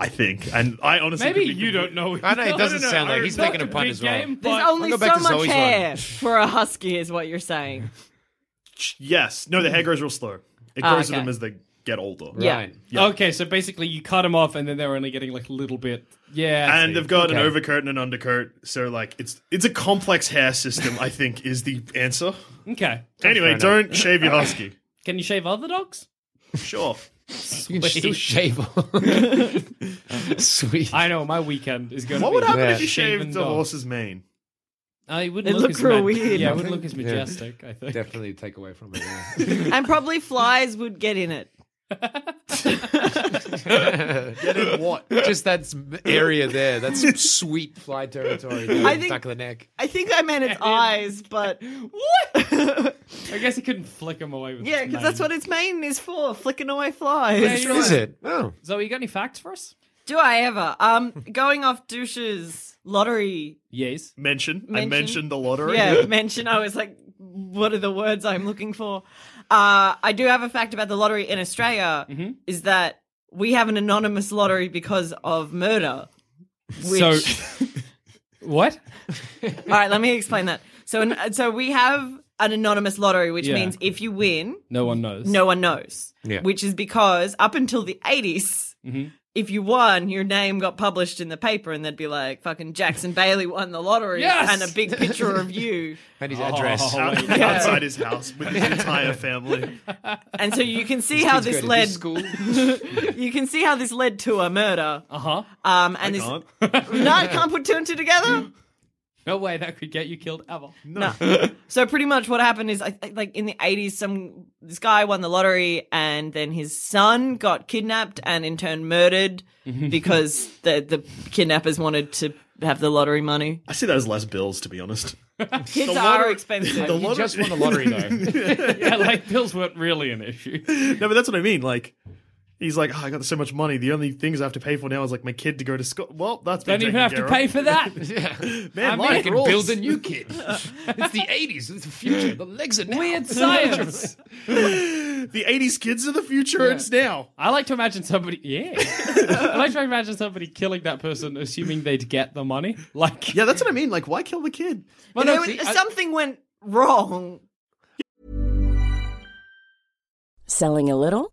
Speaker 1: I think, and I honestly could
Speaker 2: Maybe
Speaker 1: be
Speaker 2: you
Speaker 1: completely-
Speaker 2: don't know.
Speaker 4: I know it doesn't
Speaker 2: No, no, no,
Speaker 4: sound like
Speaker 2: Aaron,
Speaker 4: he's making a
Speaker 2: that's
Speaker 4: punt
Speaker 2: big
Speaker 4: as well.
Speaker 2: game,
Speaker 3: There's
Speaker 2: but-
Speaker 3: only
Speaker 4: go
Speaker 3: so
Speaker 4: back to
Speaker 3: much
Speaker 4: Zoe's
Speaker 3: hair
Speaker 4: one.
Speaker 3: for a husky, is what you're saying.
Speaker 1: Yes, no, the hair grows real slow. It grows
Speaker 3: Ah,
Speaker 1: with them
Speaker 3: okay.
Speaker 1: as they get older.
Speaker 3: Yeah.
Speaker 4: Right.
Speaker 1: Yeah.
Speaker 2: Okay, so basically you cut them off, and then they're only getting like a little bit. Yeah, I see.
Speaker 1: And they've got an
Speaker 4: Okay.
Speaker 1: overcoat and an undercoat, so like it's it's a complex hair system. I think is the answer.
Speaker 2: okay.
Speaker 1: Anyway,
Speaker 4: fair
Speaker 1: don't shave your husky.
Speaker 2: Can you shave other dogs?
Speaker 1: Sure.
Speaker 4: You can still
Speaker 2: Sweet.
Speaker 4: shave Sweet.
Speaker 2: I know my weekend is going.
Speaker 1: What
Speaker 2: be
Speaker 1: would happen
Speaker 4: Yeah.
Speaker 1: if you
Speaker 2: Shaven
Speaker 1: shaved the
Speaker 2: dog.
Speaker 1: horse's mane?
Speaker 2: Uh, it would
Speaker 3: It'd
Speaker 2: look,
Speaker 3: look
Speaker 2: as
Speaker 3: real
Speaker 2: mag-
Speaker 3: weird.
Speaker 2: Yeah, it would look as
Speaker 4: Yeah.
Speaker 2: majestic. I think.
Speaker 4: Definitely take away from it. yeah.
Speaker 3: and probably flies would get in it.
Speaker 1: Get in what?
Speaker 4: Just that s- area there. That's sweet fly territory. there,
Speaker 3: I think-
Speaker 4: back of the neck.
Speaker 3: I think I meant its eyes, but
Speaker 2: What? I guess he couldn't flick him away with.
Speaker 3: yeah, because that's what its mane is for, flicking away flies.
Speaker 2: Yeah, you're
Speaker 4: Is
Speaker 2: right.
Speaker 4: it? Oh.
Speaker 2: So, you got any facts for us?
Speaker 3: Do I ever? Um, going off douches lottery.
Speaker 2: Yes.
Speaker 1: Mention. I
Speaker 3: Mention.
Speaker 1: mentioned the lottery.
Speaker 3: Yeah, mention. I was like, what are the words I'm looking for? Uh, I do have a fact about the lottery in Australia.
Speaker 2: Mm-hmm.
Speaker 3: Is that we have an anonymous lottery because of murder. Which,
Speaker 2: So, what?
Speaker 3: all right, let me explain that. So, an- so we have an anonymous lottery, which
Speaker 2: Yeah.
Speaker 3: means if you win,
Speaker 2: No one knows.
Speaker 3: no one knows.
Speaker 4: Yeah. Mm-hmm.
Speaker 3: Which is because up until the 80s, if you won, your name got published in the paper and they'd be like, fucking Jackson Bailey won the lottery
Speaker 2: Yes!
Speaker 3: and a big picture of you.
Speaker 4: And his address.
Speaker 2: Oh.
Speaker 1: Out- Outside his house with his entire family.
Speaker 3: And so you can see how this
Speaker 4: Kids go to
Speaker 3: led
Speaker 4: school.
Speaker 3: you can see how this led to a murder.
Speaker 4: Oh,
Speaker 2: Uh huh.
Speaker 3: Um and
Speaker 1: I
Speaker 3: this
Speaker 1: can't.
Speaker 3: No, I can't put two and two together.
Speaker 2: No way that could get you killed ever.
Speaker 3: No. so pretty much what happened is I, I- like in the 80s some this guy won the lottery and then his son got kidnapped and in turn murdered because the the kidnappers wanted to have the lottery money.
Speaker 1: I see that as less bills, to be honest.
Speaker 3: Kids
Speaker 1: The
Speaker 3: are
Speaker 1: lottery-
Speaker 3: expensive.
Speaker 1: The
Speaker 4: You just won the lottery, though.
Speaker 2: Yeah, like pills weren't really an issue.
Speaker 1: No, but that's what I mean. Like, he's like, oh, I got so much money. The only things I have to pay for now is like my kid to go to school. Well, that's
Speaker 2: Don't
Speaker 1: been
Speaker 2: even
Speaker 1: taken
Speaker 2: have to
Speaker 1: care
Speaker 2: pay
Speaker 1: of.
Speaker 2: for that.
Speaker 4: yeah.
Speaker 1: Man,
Speaker 2: I mean,
Speaker 1: life
Speaker 4: I can
Speaker 1: rules.
Speaker 4: build a new kid. It's the 80s. It's the future. The legs are now.
Speaker 2: Weird science.
Speaker 1: The '80s kids are the future. It's now.
Speaker 2: I like to imagine somebody. Yeah. I like to imagine somebody killing that person, assuming they'd get the money. Like,
Speaker 1: Yeah, that's what I mean. Like, why kill the kid?
Speaker 2: Well,
Speaker 3: There
Speaker 2: no,
Speaker 3: was-
Speaker 2: see, I-
Speaker 3: something went wrong.
Speaker 5: Selling a little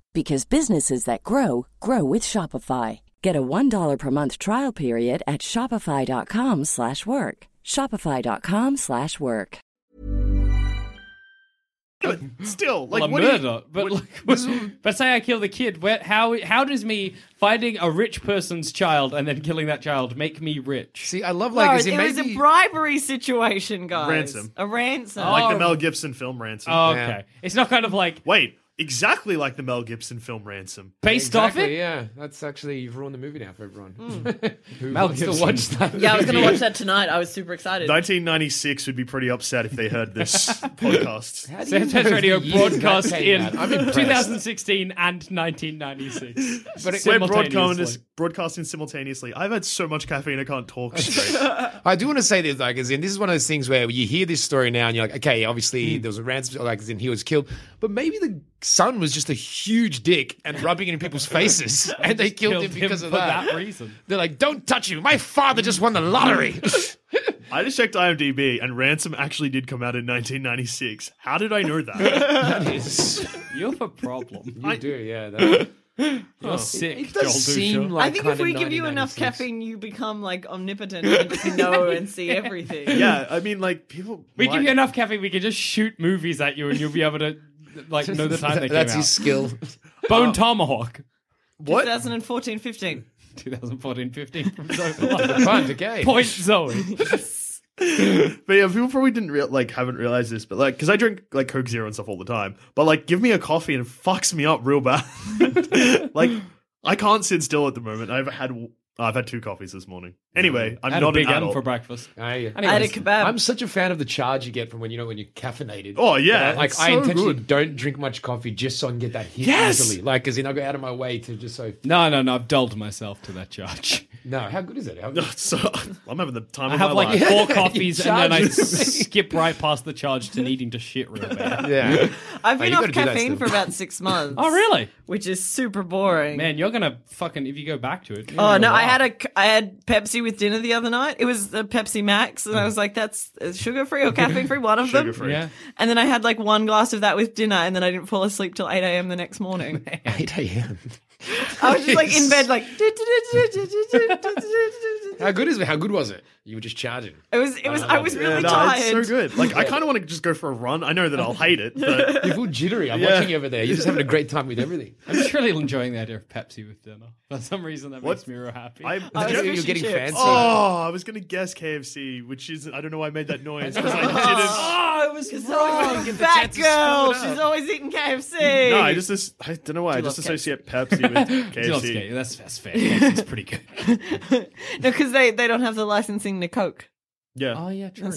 Speaker 5: because businesses that grow grow with Shopify. Get a $1 per month trial period at shopify.com/work. slash work. shopify.com/work. slash work.
Speaker 1: But still, like,
Speaker 2: well, a
Speaker 1: what? do you-
Speaker 2: murder, but like, but say I kill the kid. Where, how how does me finding a rich person's child and then killing that child make me rich?
Speaker 4: See, I love like,
Speaker 3: no,
Speaker 4: is it
Speaker 3: it was
Speaker 4: maybe-
Speaker 3: a bribery situation, guys.
Speaker 1: Ransom.
Speaker 3: A ransom.
Speaker 1: like
Speaker 2: Oh.
Speaker 1: the Mel Gibson film Ransom.
Speaker 2: Oh, okay,
Speaker 4: Yeah.
Speaker 2: it's not kind of like
Speaker 1: Wait, exactly like the Mel Gibson film Ransom.
Speaker 2: based
Speaker 4: Exactly,
Speaker 2: off it.
Speaker 4: Yeah, that's actually you've ruined the movie now for everyone. Who
Speaker 2: Mel
Speaker 4: wants to
Speaker 2: Gibson.
Speaker 4: watch that?
Speaker 3: yeah, I was going to watch that tonight. I was super excited.
Speaker 1: 1996 would be pretty upset if they heard this podcast.
Speaker 4: How do you
Speaker 2: Sam Tens
Speaker 4: know
Speaker 2: Radio
Speaker 4: the years that
Speaker 2: broadcast in
Speaker 4: came out? I'm impressed.
Speaker 2: 2016 and 1996.
Speaker 4: But it-
Speaker 1: We're
Speaker 2: Simultaneously.
Speaker 1: broadcast- broadcasting simultaneously. I've had so much caffeine I can't talk straight.
Speaker 4: I do want to say this, like, as in, this is one of those things where you hear this story now and you're like, okay, obviously there was a ransom, like, as in, he was killed, but maybe the son was just a huge dick and rubbing it in people's faces, and they killed, him because of
Speaker 2: for
Speaker 4: that.
Speaker 2: reason.
Speaker 4: They're like, don't touch him. My father just won the lottery.
Speaker 1: I just checked IMDb, and Ransom actually did come out in 1996. How did I know that?
Speaker 2: You have a problem.
Speaker 4: you do, yeah. That,
Speaker 2: You're sick.
Speaker 4: it Oh. does
Speaker 2: Joel
Speaker 4: seem
Speaker 2: Dusha.
Speaker 4: like.
Speaker 3: I think if
Speaker 4: kinda
Speaker 3: we give you enough
Speaker 4: 1996.
Speaker 3: caffeine, you become like omnipotent and just know and see everything.
Speaker 1: yeah, I mean, like people.
Speaker 2: we
Speaker 1: why-
Speaker 2: give you enough caffeine, we can just shoot movies at you, and you'll be able to like know the time they came
Speaker 4: That's
Speaker 2: out.
Speaker 4: his skill.
Speaker 1: Oh.
Speaker 2: Bone Tomahawk.
Speaker 1: What?
Speaker 3: 2014 15.
Speaker 2: 2014 15 from Zoe.
Speaker 4: Fun, okay.
Speaker 2: Point Zoe.
Speaker 1: But yeah, people probably didn't real like haven't realized this, but like because I drink like Coke Zero and stuff all the time, but like give me a coffee and it fucks me up real bad. like I can't sit still at the moment. I've had I've had two coffees this morning. Anyway, I'm
Speaker 2: I had
Speaker 1: not
Speaker 2: a big
Speaker 1: an
Speaker 2: M
Speaker 1: adult.
Speaker 2: for breakfast.
Speaker 4: I- uh,
Speaker 3: I had a
Speaker 2: Anyways,
Speaker 3: kebab.
Speaker 4: I'm such a fan of the charge you get from when you know when you're caffeinated.
Speaker 1: Oh, yeah,
Speaker 4: That, like
Speaker 1: it's
Speaker 4: I
Speaker 1: so
Speaker 4: intentionally
Speaker 1: good.
Speaker 4: don't drink much coffee just so I can get that hit easily. Like, as in I go out of my way to just so.
Speaker 2: No, no, no. I've dulled myself to that charge.
Speaker 4: No, how good is it? How
Speaker 1: So I'm having the time
Speaker 2: I
Speaker 1: of
Speaker 2: have
Speaker 1: my
Speaker 2: like
Speaker 1: life.
Speaker 2: four coffees and then I
Speaker 4: charged me.
Speaker 2: skip right past the charge to needing to shit real bad.
Speaker 4: yeah.
Speaker 3: I've
Speaker 4: Oh,
Speaker 3: been
Speaker 4: you
Speaker 3: off
Speaker 4: gotta do that
Speaker 3: caffeine
Speaker 4: still.
Speaker 3: for about six months.
Speaker 2: Oh, really?
Speaker 3: Which is super boring.
Speaker 2: Man, you're gonna fucking if you go back to it.
Speaker 3: Oh no! I had a I had Pepsi with dinner the other night. It was the Pepsi Max, and I was like, "That's sugar free or caffeine free, one of them."
Speaker 1: Sugar-free.
Speaker 2: yeah.
Speaker 3: And then I had like one glass of that with dinner, and then I didn't fall asleep till eight a.m. the next morning.
Speaker 4: 8 a.m.
Speaker 3: I was just like in bed, like
Speaker 4: How good is it? How good was it? You were just charging.
Speaker 3: it was. It was. I was really
Speaker 1: no,
Speaker 3: tired.
Speaker 1: it's so good. Like I kind of want to just go for a run. I know that I'll hate it, but
Speaker 4: You're all jittery. I'm
Speaker 1: Yeah.
Speaker 4: watching you over there. You're just having a great time with everything.
Speaker 2: I'm just really enjoying the idea of Pepsi with dinner. For some reason, that
Speaker 1: What?
Speaker 2: makes me real happy.
Speaker 1: I.
Speaker 3: I was
Speaker 4: You're,
Speaker 3: fish
Speaker 4: you're
Speaker 3: and
Speaker 4: getting
Speaker 3: chips.
Speaker 4: fancy.
Speaker 1: oh, I was gonna guess KFC, which is I don't know why I made that noise because I didn't.
Speaker 2: oh, it was
Speaker 3: It's always been fat
Speaker 4: chance to screw
Speaker 3: girl.
Speaker 4: it up.
Speaker 3: She's always eating KFC.
Speaker 1: No, I just as- I don't know why I
Speaker 3: love
Speaker 1: just associate Pepsi with KFC.
Speaker 2: That's, that's fair. It's pretty good.
Speaker 3: No, because they they don't have the licensing to Coke.
Speaker 1: Yeah.
Speaker 2: Oh, yeah, true.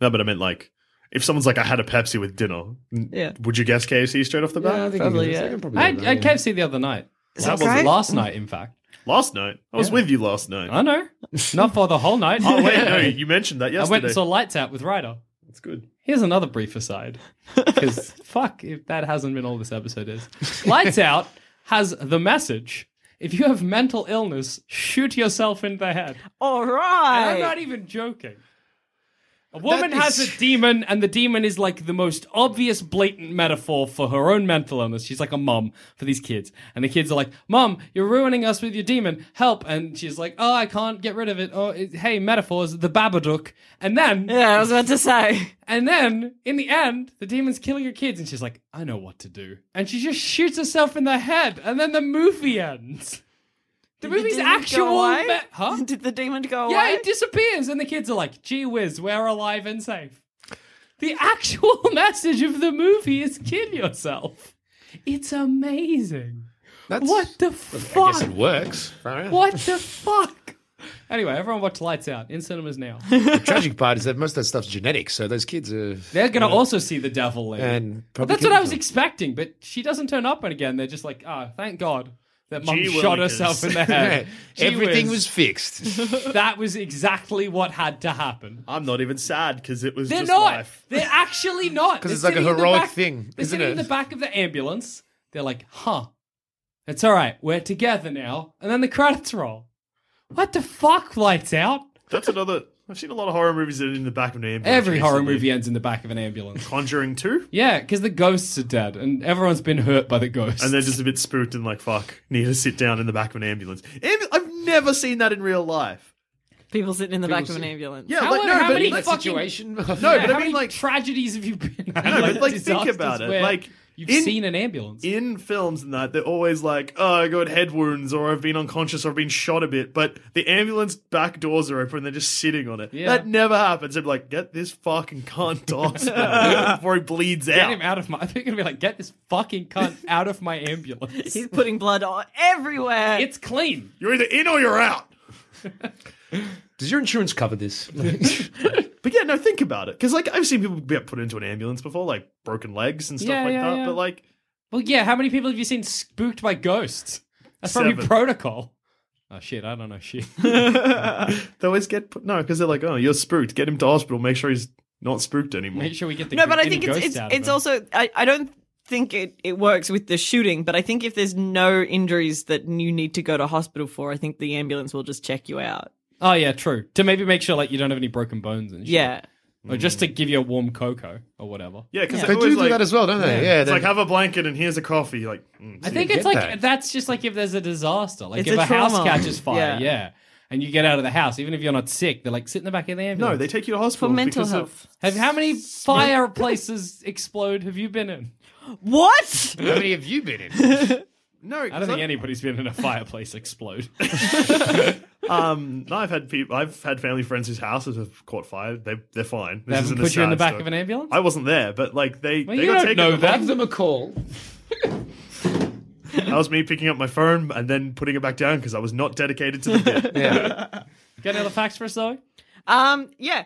Speaker 1: No, but I meant like if someone's like I had a Pepsi with dinner, n-
Speaker 3: Yeah.
Speaker 1: would you guess KFC straight off the bat?
Speaker 3: Probably, yeah.
Speaker 2: I had, I had KFC the other night.
Speaker 3: Is
Speaker 1: That
Speaker 3: that
Speaker 1: was
Speaker 3: right?
Speaker 2: Last night, in fact.
Speaker 1: Last night. I was with you last night.
Speaker 2: I know. Not for the whole night.
Speaker 1: Oh wait, no, you mentioned that
Speaker 2: I
Speaker 1: yesterday.
Speaker 2: went and saw Lights Out with Ryder.
Speaker 1: That's good.
Speaker 2: Here's another brief aside. Because fuck, if that hasn't been all this episode is. Lights Out has the message. If you have mental illness, shoot yourself in the head.
Speaker 3: All
Speaker 2: And I'm
Speaker 3: right.
Speaker 2: not even joking. A woman
Speaker 4: That
Speaker 2: has
Speaker 4: is-
Speaker 2: a demon, and the demon is like the most obvious, blatant metaphor for her own mental illness. She's like a mom for these kids. And the kids are like, Mom, you're ruining us with your demon. Help. And she's like, Oh, I can't get rid of it. Oh, it, hey, metaphors, the Babadook. And then.
Speaker 3: yeah, I was about to say.
Speaker 2: And then, in the end, the demon's killing her kids, and she's like, I know what to do. And she just shoots herself in the head, and then the movie ends. The movie's
Speaker 3: Did it
Speaker 2: actual.
Speaker 3: Go away?
Speaker 2: me- huh?
Speaker 3: Did the demon go
Speaker 2: Yeah,
Speaker 3: away?
Speaker 2: it disappears, and the kids are like, gee whiz, we're alive and safe. The actual message of the movie is kill yourself. It's amazing.
Speaker 4: That's,
Speaker 2: What the
Speaker 4: I guess
Speaker 2: fuck?
Speaker 4: it works. Fair enough.
Speaker 2: What the fuck? Anyway, everyone watch Lights Out in cinemas now.
Speaker 4: The tragic part is that most of that stuff's genetic, so those kids are.
Speaker 2: They're gonna also see the devil. In.
Speaker 4: And
Speaker 2: But
Speaker 4: probably
Speaker 2: that's what I was
Speaker 4: kill
Speaker 2: expecting, but she doesn't turn up again. They're just like, ah, thank God that mum
Speaker 1: Gee
Speaker 2: shot
Speaker 1: willikers.
Speaker 2: herself in the
Speaker 4: Yeah.
Speaker 2: head. Gee
Speaker 4: Everything
Speaker 2: whiz.
Speaker 4: was fixed.
Speaker 2: that was exactly what had to happen.
Speaker 1: I'm not even sad because it was
Speaker 2: They're
Speaker 1: just
Speaker 2: not.
Speaker 1: life.
Speaker 2: They're actually not.
Speaker 4: 'Cause it's
Speaker 2: They're
Speaker 4: like a
Speaker 2: sitting in the
Speaker 4: heroic
Speaker 2: back-
Speaker 4: thing,
Speaker 2: They're
Speaker 4: isn't
Speaker 2: sitting in
Speaker 4: it?
Speaker 2: the back of the ambulance. They're like, huh, it's all right. We're together now. And then the credits roll. What the fuck? Lights out.
Speaker 1: That's another. I've seen a lot of horror movies that are in the back of an ambulance.
Speaker 2: Every horror
Speaker 1: recently.
Speaker 2: movie ends in the back of an ambulance.
Speaker 1: Conjuring two,
Speaker 2: Yeah, because the ghosts are dead, and everyone's been hurt by the ghosts.
Speaker 1: and they're just a bit spooked and like, "Fuck, need to sit down in the back of an ambulance." Ambu- I've never seen that in real life.
Speaker 3: People sitting in the back of an ambulance.
Speaker 1: Yeah,
Speaker 2: How
Speaker 1: like
Speaker 2: are-
Speaker 1: no,
Speaker 2: how
Speaker 1: but
Speaker 2: many
Speaker 1: like,
Speaker 2: fucking-
Speaker 4: Situation.
Speaker 1: no,
Speaker 2: Yeah,
Speaker 1: but
Speaker 2: how
Speaker 1: I mean
Speaker 2: many
Speaker 1: like
Speaker 2: tragedies have you been? At?
Speaker 1: No, but, like, think
Speaker 2: disasters
Speaker 1: about it.
Speaker 2: where
Speaker 1: Like,
Speaker 2: you've
Speaker 1: in-
Speaker 2: seen an ambulance.
Speaker 1: in films and that, they're always like, oh, I got head wounds or I've been unconscious or I've been shot a bit, but the ambulance back doors are open and they're just sitting on it.
Speaker 2: Yeah.
Speaker 1: That never happens. They're like, get this fucking cunt to hospital before he bleeds
Speaker 2: Get him
Speaker 1: out.
Speaker 2: out of my. I think it'd be like, get this fucking cunt out of my ambulance.
Speaker 3: He's putting blood all everywhere.
Speaker 2: it's clean.
Speaker 1: You're either in or you're out.
Speaker 4: Does your insurance cover this?
Speaker 1: But yeah, no, think about it. Because, like, I've seen people get put into an ambulance before, like broken legs and stuff
Speaker 2: Yeah,
Speaker 1: like
Speaker 2: yeah,
Speaker 1: that.
Speaker 2: yeah.
Speaker 1: But, like,
Speaker 2: Well, yeah. How many people have you seen spooked by ghosts? That's probably
Speaker 1: Seven.
Speaker 2: protocol. Oh shit! I don't know shit.
Speaker 1: they always get put. No, because they're like, oh, you're spooked. Get him to hospital. Make sure he's not spooked anymore.
Speaker 2: Make sure we get the
Speaker 3: no, but I
Speaker 2: any
Speaker 3: think it's
Speaker 2: ghost
Speaker 3: it's,
Speaker 2: out of
Speaker 3: it's
Speaker 2: him.
Speaker 3: also I, I don't think it, it works with the shooting, but I think if there's no injuries that you need to go to hospital for, I think the ambulance will just check you out.
Speaker 2: Oh yeah, true. To maybe make sure like you don't have any broken bones and shit.
Speaker 3: Yeah.
Speaker 2: or just to give you a warm cocoa or whatever.
Speaker 1: Yeah, because
Speaker 4: They do
Speaker 1: always,
Speaker 4: do
Speaker 1: like,
Speaker 4: that as well, don't they? Yeah,
Speaker 1: It's
Speaker 4: they-
Speaker 1: like, have a blanket and here's a coffee. Like, mm,
Speaker 2: I think
Speaker 4: you
Speaker 2: it's like
Speaker 4: get that.
Speaker 2: that's just like if there's a disaster, like
Speaker 3: It's
Speaker 2: if
Speaker 3: a
Speaker 2: a, house
Speaker 3: trauma.
Speaker 2: catches fire,
Speaker 3: Yeah.
Speaker 2: yeah. and you get out of the house, even if you're not sick, they're like sit in the back of the
Speaker 1: No,
Speaker 2: ambulance.
Speaker 1: they take you to hospital
Speaker 3: For mental
Speaker 1: because of-
Speaker 3: health.
Speaker 2: have how many fireplaces explode have you been in?
Speaker 3: What?
Speaker 4: How many have you been in?
Speaker 1: no,
Speaker 2: I don't think anybody's been in a fireplace explode.
Speaker 1: Um, no, I've had people. I've had family friends whose houses have caught fire. They they're fine.
Speaker 2: they
Speaker 1: This
Speaker 2: haven't
Speaker 1: isn't a
Speaker 2: put you in the
Speaker 1: sad
Speaker 2: back
Speaker 1: story.
Speaker 2: of an ambulance.
Speaker 1: I wasn't there, but like they
Speaker 2: well,
Speaker 1: they
Speaker 2: you
Speaker 1: got
Speaker 2: don't
Speaker 1: taken.
Speaker 2: know that.
Speaker 4: Give them a call.
Speaker 1: That was me picking up my phone and then putting it back down because I was not dedicated to the bit.
Speaker 4: Yeah.
Speaker 2: Got any other facts for us though?
Speaker 3: Um yeah.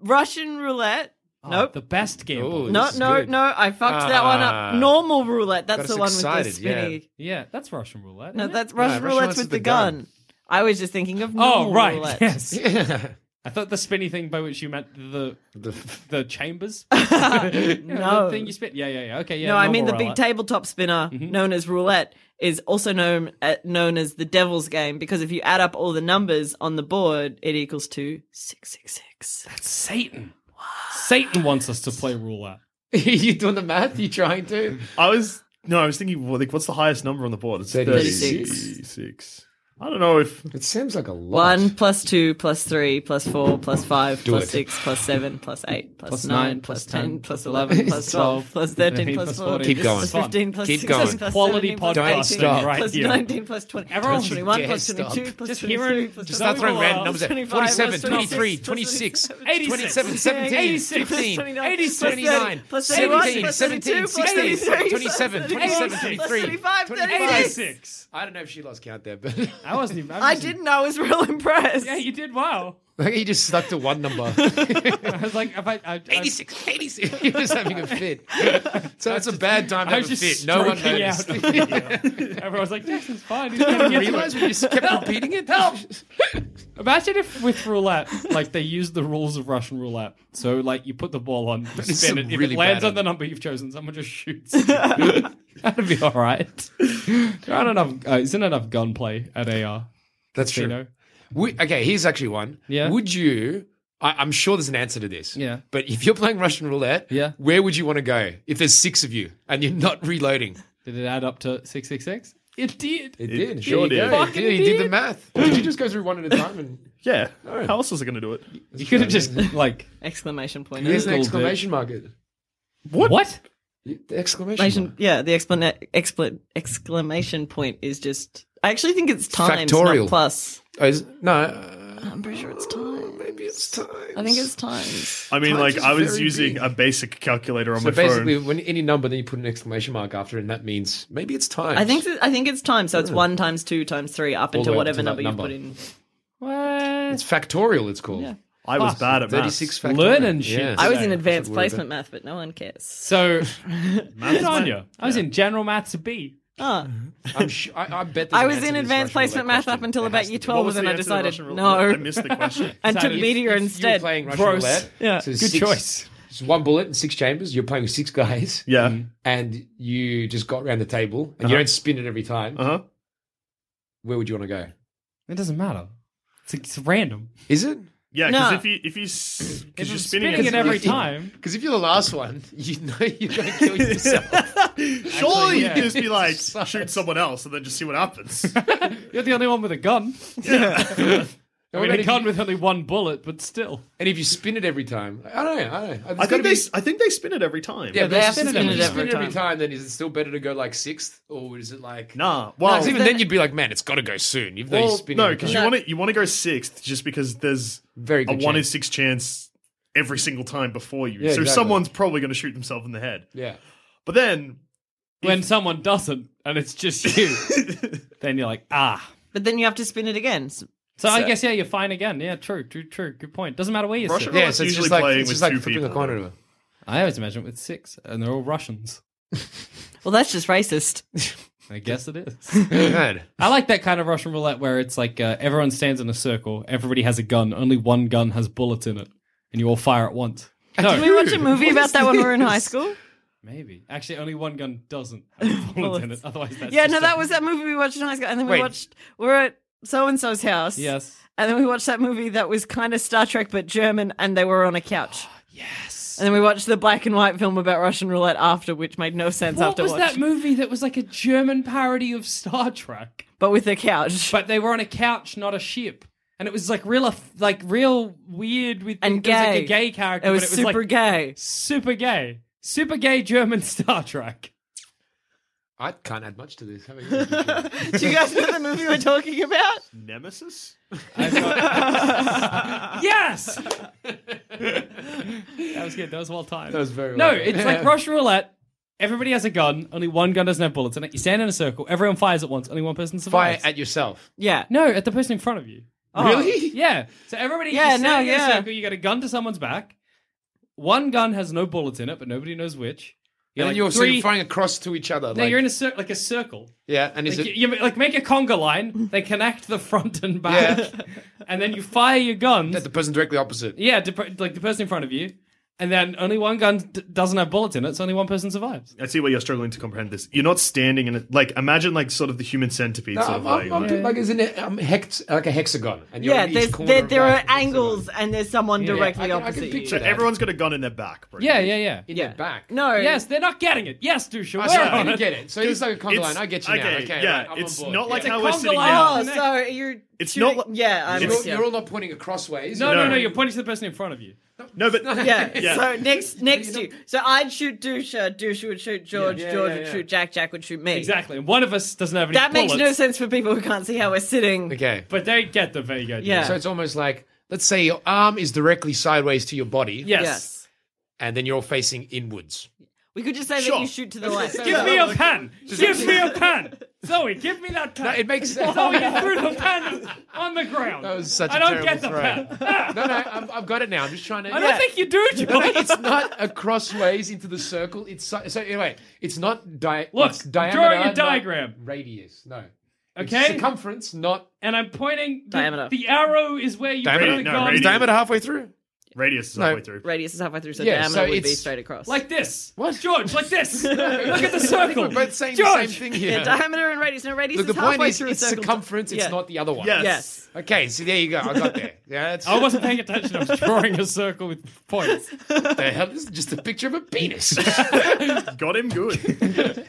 Speaker 3: Russian roulette.
Speaker 2: Oh,
Speaker 3: nope.
Speaker 2: the best gamble.
Speaker 4: Ooh.
Speaker 3: no,
Speaker 4: This is
Speaker 3: no,
Speaker 4: good.
Speaker 3: no. I fucked that one
Speaker 4: Ah.
Speaker 3: up. Normal roulette. That's
Speaker 4: us
Speaker 3: the one with
Speaker 4: excited,
Speaker 3: the spinny.
Speaker 4: yeah.
Speaker 2: Yeah, that's Russian roulette.
Speaker 3: No,
Speaker 2: isn't it?
Speaker 3: that's Russian
Speaker 4: Russian
Speaker 3: roulette's
Speaker 4: roulette's
Speaker 3: with
Speaker 4: the
Speaker 3: the gun.
Speaker 4: gun.
Speaker 3: I was just thinking of
Speaker 2: Oh,
Speaker 3: normal
Speaker 2: right.
Speaker 3: roulette.
Speaker 2: Yes. I thought the spinny thing by which you meant the the, chambers.
Speaker 3: No.
Speaker 2: The thing you spin. Yeah, yeah, yeah. Okay, yeah.
Speaker 3: no, I mean the
Speaker 2: normal
Speaker 3: big
Speaker 2: roulette.
Speaker 3: tabletop spinner
Speaker 2: Mm-hmm.
Speaker 3: known as roulette is also known uh, known as the devil's game because if you add up all the numbers on the board, it equals to six six six.
Speaker 2: That's Satan. Satan wants us to play roulette.
Speaker 4: you doing the math? You trying to?
Speaker 1: I was no, I was thinking well, like, what's the highest number on the board? It's
Speaker 4: 36.
Speaker 1: 36. I don't know if
Speaker 4: It seems like a lot.
Speaker 3: One plus two plus three plus four plus five plus
Speaker 4: it.
Speaker 3: six plus seven plus eight plus,
Speaker 2: Plus
Speaker 3: nine,
Speaker 2: nine,
Speaker 3: plus
Speaker 2: plus
Speaker 3: ten,
Speaker 2: 10,
Speaker 3: plus eleven plus twelve plus thirteen plus fourteen
Speaker 4: Keep going.
Speaker 3: plus fifteen plus
Speaker 4: Keep
Speaker 3: sixteen
Speaker 4: going.
Speaker 3: plus
Speaker 2: Quality
Speaker 3: 17 plus
Speaker 2: podcasting
Speaker 3: 18
Speaker 2: right
Speaker 3: plus
Speaker 2: here.
Speaker 3: nineteen plus twenty
Speaker 2: Everyone
Speaker 3: plus
Speaker 2: should
Speaker 3: twenty-one
Speaker 4: dare
Speaker 3: plus twenty-two
Speaker 4: stop.
Speaker 3: plus
Speaker 2: Just hear
Speaker 3: twenty-three
Speaker 2: it.
Speaker 3: plus
Speaker 4: Just start throwing random numbers at 47, 23, 26, 27, 17,
Speaker 2: 86,
Speaker 4: 15,
Speaker 2: 86,
Speaker 4: 29,
Speaker 3: plus 31,
Speaker 4: 17,
Speaker 3: plus
Speaker 4: 17,
Speaker 3: 32, plus
Speaker 4: 16,
Speaker 3: 33,
Speaker 4: 27, 27, 23,
Speaker 3: 35,
Speaker 4: 25.
Speaker 3: 36.
Speaker 2: Six.
Speaker 4: I don't know if she lost count there, but
Speaker 2: I wasn't even.
Speaker 3: I
Speaker 2: was-
Speaker 3: didn't. I was real impressed.
Speaker 2: Yeah, you did. Wow.
Speaker 4: like you just stuck to one number.
Speaker 2: I was like, if I, I, I
Speaker 4: 86, 86. You're just having a fit. So it's a bad time to
Speaker 2: I
Speaker 4: have
Speaker 2: was
Speaker 4: a
Speaker 2: just
Speaker 4: fit. No one
Speaker 2: stroking out.
Speaker 4: noticed. you
Speaker 2: everyone's like, Jackson's fine. He's gonna get to it.
Speaker 4: realize we just kept repeating it? Help!
Speaker 2: Imagine if with roulette, like they use the rules of Russian roulette. So like you put the ball on, you
Speaker 4: is
Speaker 2: spin it.
Speaker 4: some
Speaker 2: If
Speaker 4: really
Speaker 2: it lands
Speaker 4: bad
Speaker 2: on the
Speaker 4: idea.
Speaker 2: number you've chosen, someone just shoots. That'd be all right. There aren't enough. Uh, isn't enough gunplay at AR?
Speaker 4: That's
Speaker 2: You
Speaker 4: true.
Speaker 2: know.
Speaker 4: Would, okay, here's actually one.
Speaker 2: Yeah.
Speaker 4: Would you? I, I'm sure there's an answer to this.
Speaker 2: Yeah.
Speaker 4: But if you're playing Russian roulette,
Speaker 2: Yeah.
Speaker 4: where would you want to go if there's six of you and you're not reloading?
Speaker 2: Did it add up to six six six? It did.
Speaker 4: It,
Speaker 1: did. sure
Speaker 4: There you
Speaker 1: did.
Speaker 4: go.
Speaker 2: Fucking
Speaker 4: It He did the
Speaker 2: did.
Speaker 4: math. Did you just go through one at a time? And
Speaker 1: yeah, how else was I going to do it?
Speaker 2: you could have just like
Speaker 3: Exclamation point.
Speaker 4: here's an
Speaker 2: Googled
Speaker 4: exclamation mark.
Speaker 2: what? What?
Speaker 4: The exclamation.
Speaker 3: Exclamation.
Speaker 4: mark.
Speaker 3: Yeah, the explana- expla- exclamation point is just. I actually think it's times,
Speaker 4: Factorial.
Speaker 3: not plus.
Speaker 4: Oh, is, no, uh,
Speaker 3: I'm pretty sure it's times.
Speaker 4: maybe it's time.
Speaker 3: I think it's times.
Speaker 1: I mean,
Speaker 4: Times
Speaker 1: like
Speaker 4: is
Speaker 1: I was
Speaker 4: very
Speaker 1: using
Speaker 4: big.
Speaker 1: a basic calculator on my
Speaker 4: So basically,
Speaker 1: phone.
Speaker 4: when any number, then you put an exclamation mark after, it, and that means maybe it's time.
Speaker 3: I think. I think it's times. So it's one times two times three up
Speaker 4: All the
Speaker 3: until
Speaker 4: way up
Speaker 3: whatever
Speaker 4: to that
Speaker 3: number,
Speaker 4: number.
Speaker 3: you put in.
Speaker 2: What?
Speaker 4: it's factorial. It's called
Speaker 1: I was bad at maths.
Speaker 4: thirty-six factorial.
Speaker 2: Learning shit.
Speaker 3: I was
Speaker 2: Okay,
Speaker 3: in
Speaker 2: that's
Speaker 3: advanced
Speaker 4: word,
Speaker 3: placement math, but no one cares.
Speaker 2: So
Speaker 1: Maths
Speaker 2: good
Speaker 1: is
Speaker 2: on
Speaker 1: my-
Speaker 2: you. I was in general maths B.
Speaker 3: Ah.
Speaker 4: I'm sh- I, I bet. there's
Speaker 3: I
Speaker 4: an
Speaker 3: was
Speaker 4: answer
Speaker 3: in
Speaker 4: to this
Speaker 3: advanced
Speaker 4: Russian roulette
Speaker 3: placement math
Speaker 4: question.
Speaker 3: up until
Speaker 4: There
Speaker 3: about
Speaker 4: has to
Speaker 3: year
Speaker 4: be.
Speaker 3: 12, and
Speaker 1: the
Speaker 3: I
Speaker 1: answer to the
Speaker 3: decided
Speaker 1: Russian
Speaker 3: no.
Speaker 1: roulette? I missed the question.
Speaker 3: and took
Speaker 2: Sadly,
Speaker 4: You
Speaker 3: meteor
Speaker 4: were
Speaker 3: instead.
Speaker 4: playing Russian
Speaker 2: Gross.
Speaker 4: roulette.
Speaker 3: Yeah.
Speaker 4: So
Speaker 2: Good
Speaker 4: six-
Speaker 2: choice.
Speaker 4: it's one bullet and six chambers. You're playing with six guys,
Speaker 1: Yeah,
Speaker 4: and you just got round the table, and you don't spin it every time.
Speaker 1: uh huh.
Speaker 4: Where would you want to go?
Speaker 2: It doesn't matter. It's, it's random.
Speaker 4: Is it?
Speaker 1: Yeah, because
Speaker 3: No.
Speaker 1: if you if you s-
Speaker 2: If
Speaker 1: because you're
Speaker 2: I'm
Speaker 1: spinning,
Speaker 2: spinning it every
Speaker 4: really-
Speaker 2: time.
Speaker 4: Because if you're the last one, you know you're going to kill yourself.
Speaker 1: surely you
Speaker 2: yeah.
Speaker 1: could just be like
Speaker 4: Sucks.
Speaker 1: shoot someone else and then just see what happens.
Speaker 2: You're the only one with a gun. I mean,
Speaker 4: and,
Speaker 2: a
Speaker 4: if
Speaker 2: gun
Speaker 4: you,
Speaker 2: with only one bullet, but still.
Speaker 4: and if you spin it every time, I don't know. I don't know. It's
Speaker 1: I
Speaker 4: gotta
Speaker 1: think
Speaker 4: be-
Speaker 1: they s- I think they spin it every time.
Speaker 4: Yeah,
Speaker 3: they
Speaker 4: but
Speaker 3: have
Speaker 4: if
Speaker 3: to
Speaker 4: you
Speaker 3: spin it
Speaker 4: spin
Speaker 3: every
Speaker 4: every
Speaker 3: time.
Speaker 4: time. Then is it still better to go like sixth, or is it like
Speaker 1: Nah. Well,
Speaker 4: 'Cause even
Speaker 3: Then-
Speaker 4: then, you'd be like, man, it's got to go soon. Even though you
Speaker 1: well
Speaker 4: spin
Speaker 1: no,
Speaker 4: every
Speaker 1: because
Speaker 4: time.
Speaker 1: you want to you want to go sixth just because there's
Speaker 4: Very good
Speaker 1: a one in
Speaker 4: chance.
Speaker 1: six chance every single time before you.
Speaker 4: Yeah,
Speaker 1: so
Speaker 4: exactly.
Speaker 1: someone's probably going to shoot themselves in the head.
Speaker 4: yeah.
Speaker 1: But then
Speaker 2: When someone doesn't, and it's just you, then you're like, ah.
Speaker 3: But then you have to spin it again. So-
Speaker 2: So, I guess, yeah, you're fine again. Yeah, true, true, true. Good point. Doesn't matter where you
Speaker 1: Russian
Speaker 2: sit.
Speaker 1: roulette-
Speaker 4: Yeah,
Speaker 1: Well,
Speaker 4: so
Speaker 1: it's
Speaker 4: it's
Speaker 1: usually
Speaker 4: just like
Speaker 1: playing
Speaker 4: it's
Speaker 1: with
Speaker 4: just like
Speaker 1: two
Speaker 4: flipping
Speaker 1: people.
Speaker 4: a coin over.
Speaker 2: I always imagine it with six, and they're all Russians.
Speaker 3: Well, that's just racist.
Speaker 2: I guess it is.
Speaker 4: Man,
Speaker 2: I like that kind of Russian roulette where it's like uh, everyone stands in a circle, everybody has a gun, only one gun has bullets in it, and you all fire at once.
Speaker 3: Did we watch a movie about that when we were in high school?
Speaker 2: Maybe. Actually, only one gun doesn't have bullets in it. Otherwise, that's
Speaker 3: Yeah,
Speaker 2: just
Speaker 3: no,
Speaker 2: a-
Speaker 3: that was that movie we watched in high school, and then we
Speaker 4: Wait.
Speaker 3: watched. We are at so and so's house.
Speaker 2: Yes.
Speaker 3: And then we watched that movie that was kind of Star Trek but German, and they were on a couch.
Speaker 4: Ah,
Speaker 2: Yes.
Speaker 3: And then we watched the black and white film about Russian roulette after, which made no sense
Speaker 2: What
Speaker 3: after
Speaker 2: was
Speaker 3: watching.
Speaker 2: that movie that was like a German parody of Star Trek?
Speaker 3: but with a couch
Speaker 2: But they were on a couch, not a ship. And it was like real, like real weird with
Speaker 3: and
Speaker 2: It was
Speaker 3: gay.
Speaker 2: like a gay character,
Speaker 3: It was,
Speaker 2: but it was
Speaker 3: super
Speaker 2: like
Speaker 3: gay.
Speaker 2: super gay, super gay German Star Trek.
Speaker 4: I can't add much to this. How about you?
Speaker 3: Do you guys know the movie we're talking about?
Speaker 1: Nemesis.
Speaker 3: Uh,
Speaker 2: yes, that was good. That was well timed.
Speaker 4: That was very
Speaker 2: no,
Speaker 4: well done.
Speaker 2: it's like Russian roulette. Everybody has a gun. Only one gun doesn't have bullets in it. You stand in a circle. Everyone fires at once. Only one person
Speaker 4: Fire
Speaker 2: survives.
Speaker 4: at yourself.
Speaker 3: Yeah.
Speaker 2: no, at the person in front of you.
Speaker 4: Really?
Speaker 2: Yeah. So everybody,
Speaker 3: Yeah,
Speaker 2: yeah,
Speaker 3: no,
Speaker 2: no,
Speaker 3: yeah.
Speaker 2: circle, you got a gun to someone's back. One gun has no bullets in it, but nobody knows which.
Speaker 4: and then
Speaker 2: like
Speaker 4: you're
Speaker 2: three-
Speaker 4: sort of flying across to each other.
Speaker 2: No,
Speaker 4: like,
Speaker 2: you're in a cir- like a circle.
Speaker 4: yeah, and is
Speaker 2: Like,
Speaker 4: it?
Speaker 2: you, you- like make a conga line. They connect the front and back, and then you fire your guns.
Speaker 4: that the person directly opposite.
Speaker 2: yeah, dep- like the person in front of you, and then only one gun d- doesn't have bullets in it, so only one person survives.
Speaker 1: I see why you're struggling to comprehend this. You're not standing in a, like imagine like sort of the human centipede sort of
Speaker 4: I'm, I'm,
Speaker 1: like.
Speaker 4: I'm doing like is in a, I'm hex, like a hexagon, and you're
Speaker 3: yeah,
Speaker 4: in each
Speaker 3: there's,
Speaker 4: corner
Speaker 3: there,
Speaker 4: of
Speaker 3: there
Speaker 4: that
Speaker 3: are
Speaker 4: hexagon.
Speaker 3: angles and there's someone directly
Speaker 4: I can- I can
Speaker 3: opposite
Speaker 4: picture
Speaker 1: so
Speaker 3: you.
Speaker 4: that.
Speaker 1: everyone's got a gun in their back. pretty
Speaker 2: Yeah,
Speaker 1: much.
Speaker 2: yeah, yeah.
Speaker 4: in
Speaker 3: Yeah.
Speaker 4: the back.
Speaker 3: No.
Speaker 2: Yes, they're not getting it. Yes, Dusha.
Speaker 4: I
Speaker 2: we're
Speaker 4: sorry, I
Speaker 2: on
Speaker 4: didn't
Speaker 2: it.
Speaker 4: get it. So it's like a conga
Speaker 1: It's-
Speaker 4: line. I get you now.
Speaker 1: okay,
Speaker 4: Okay,
Speaker 1: yeah,
Speaker 4: right, I'm
Speaker 1: it's
Speaker 4: on board.
Speaker 1: not like
Speaker 4: yeah.
Speaker 1: how
Speaker 2: a
Speaker 1: we're
Speaker 2: conga
Speaker 1: sitting
Speaker 2: line.
Speaker 1: down.
Speaker 3: Oh, so you're.
Speaker 1: It's
Speaker 3: shooting-
Speaker 1: not like-
Speaker 3: Yeah, I'm.
Speaker 4: You're,
Speaker 1: It's-
Speaker 3: with
Speaker 4: all,
Speaker 3: you.
Speaker 4: you're all not pointing across ways.
Speaker 2: No, no,
Speaker 1: No.
Speaker 2: no. You're pointing to the person in front of you.
Speaker 1: No, but
Speaker 3: Yeah.
Speaker 1: Yeah.
Speaker 3: So next, next to you. So I'd shoot Dusha. Dusha would shoot George.
Speaker 4: Yeah,
Speaker 3: George
Speaker 4: yeah,
Speaker 3: would
Speaker 4: yeah.
Speaker 3: shoot Jack. Jack would shoot me.
Speaker 2: Exactly. And one of us doesn't have any
Speaker 3: That makes no
Speaker 2: bullets,
Speaker 3: sense for people who can't see how we're sitting.
Speaker 4: Okay.
Speaker 2: But they get the vague idea.
Speaker 3: Yeah.
Speaker 4: So it's almost like let's say your arm is directly sideways to your body,
Speaker 2: Yes.
Speaker 3: Yes.
Speaker 4: and then you're all facing inwards.
Speaker 3: We could just say
Speaker 1: Sure.
Speaker 3: that you shoot to the left.
Speaker 4: Give
Speaker 2: Give me a pan. Give me a pan. Zoe, give me that pan.
Speaker 4: No, it makes sense.
Speaker 2: Zoe, you threw the pan on the ground.
Speaker 4: That was such
Speaker 2: I
Speaker 4: a
Speaker 2: don't
Speaker 4: terrible
Speaker 2: get the
Speaker 4: throw.
Speaker 2: pan.
Speaker 4: no, no, I've, I've got it now. I'm just trying to.
Speaker 2: I don't
Speaker 4: Yeah.
Speaker 2: think you do,
Speaker 4: No, no,
Speaker 2: George.
Speaker 4: it's not a crossways into the circle. It's so, so anyway. It's not di-
Speaker 2: Look,
Speaker 4: it's
Speaker 2: I'm
Speaker 4: diameter,
Speaker 2: drawing a
Speaker 4: not
Speaker 2: diagram.
Speaker 4: radius. No. It's
Speaker 2: Okay?
Speaker 4: circumference, not
Speaker 2: And I'm pointing. The,
Speaker 3: Diameter.
Speaker 2: The arrow is where you
Speaker 4: Diameter,
Speaker 2: put the
Speaker 1: no,
Speaker 2: gun.
Speaker 1: radius. Diameter
Speaker 4: halfway through.
Speaker 1: radius is
Speaker 4: No.
Speaker 1: halfway through.
Speaker 3: Radius is halfway through, so
Speaker 4: Yeah,
Speaker 3: diameter
Speaker 4: so
Speaker 3: would be
Speaker 4: it's-
Speaker 3: straight across.
Speaker 2: Like this.
Speaker 4: What?
Speaker 2: Look at this. Look at the circle.
Speaker 4: We're both saying
Speaker 2: George.
Speaker 4: the same thing here.
Speaker 3: yeah, diameter and radius. No, radius
Speaker 4: Look, the
Speaker 3: is
Speaker 4: point
Speaker 3: halfway
Speaker 4: is,
Speaker 3: through
Speaker 4: it's
Speaker 3: a circle.
Speaker 4: circumference. It's
Speaker 3: Yeah.
Speaker 4: not the other one.
Speaker 1: Yes.
Speaker 3: Yes.
Speaker 4: Okay, so there you go. I got there. Yeah, that's
Speaker 2: I wasn't paying attention. I was drawing a circle with points.
Speaker 4: the hell. This is just a picture of a penis.
Speaker 1: Got him good.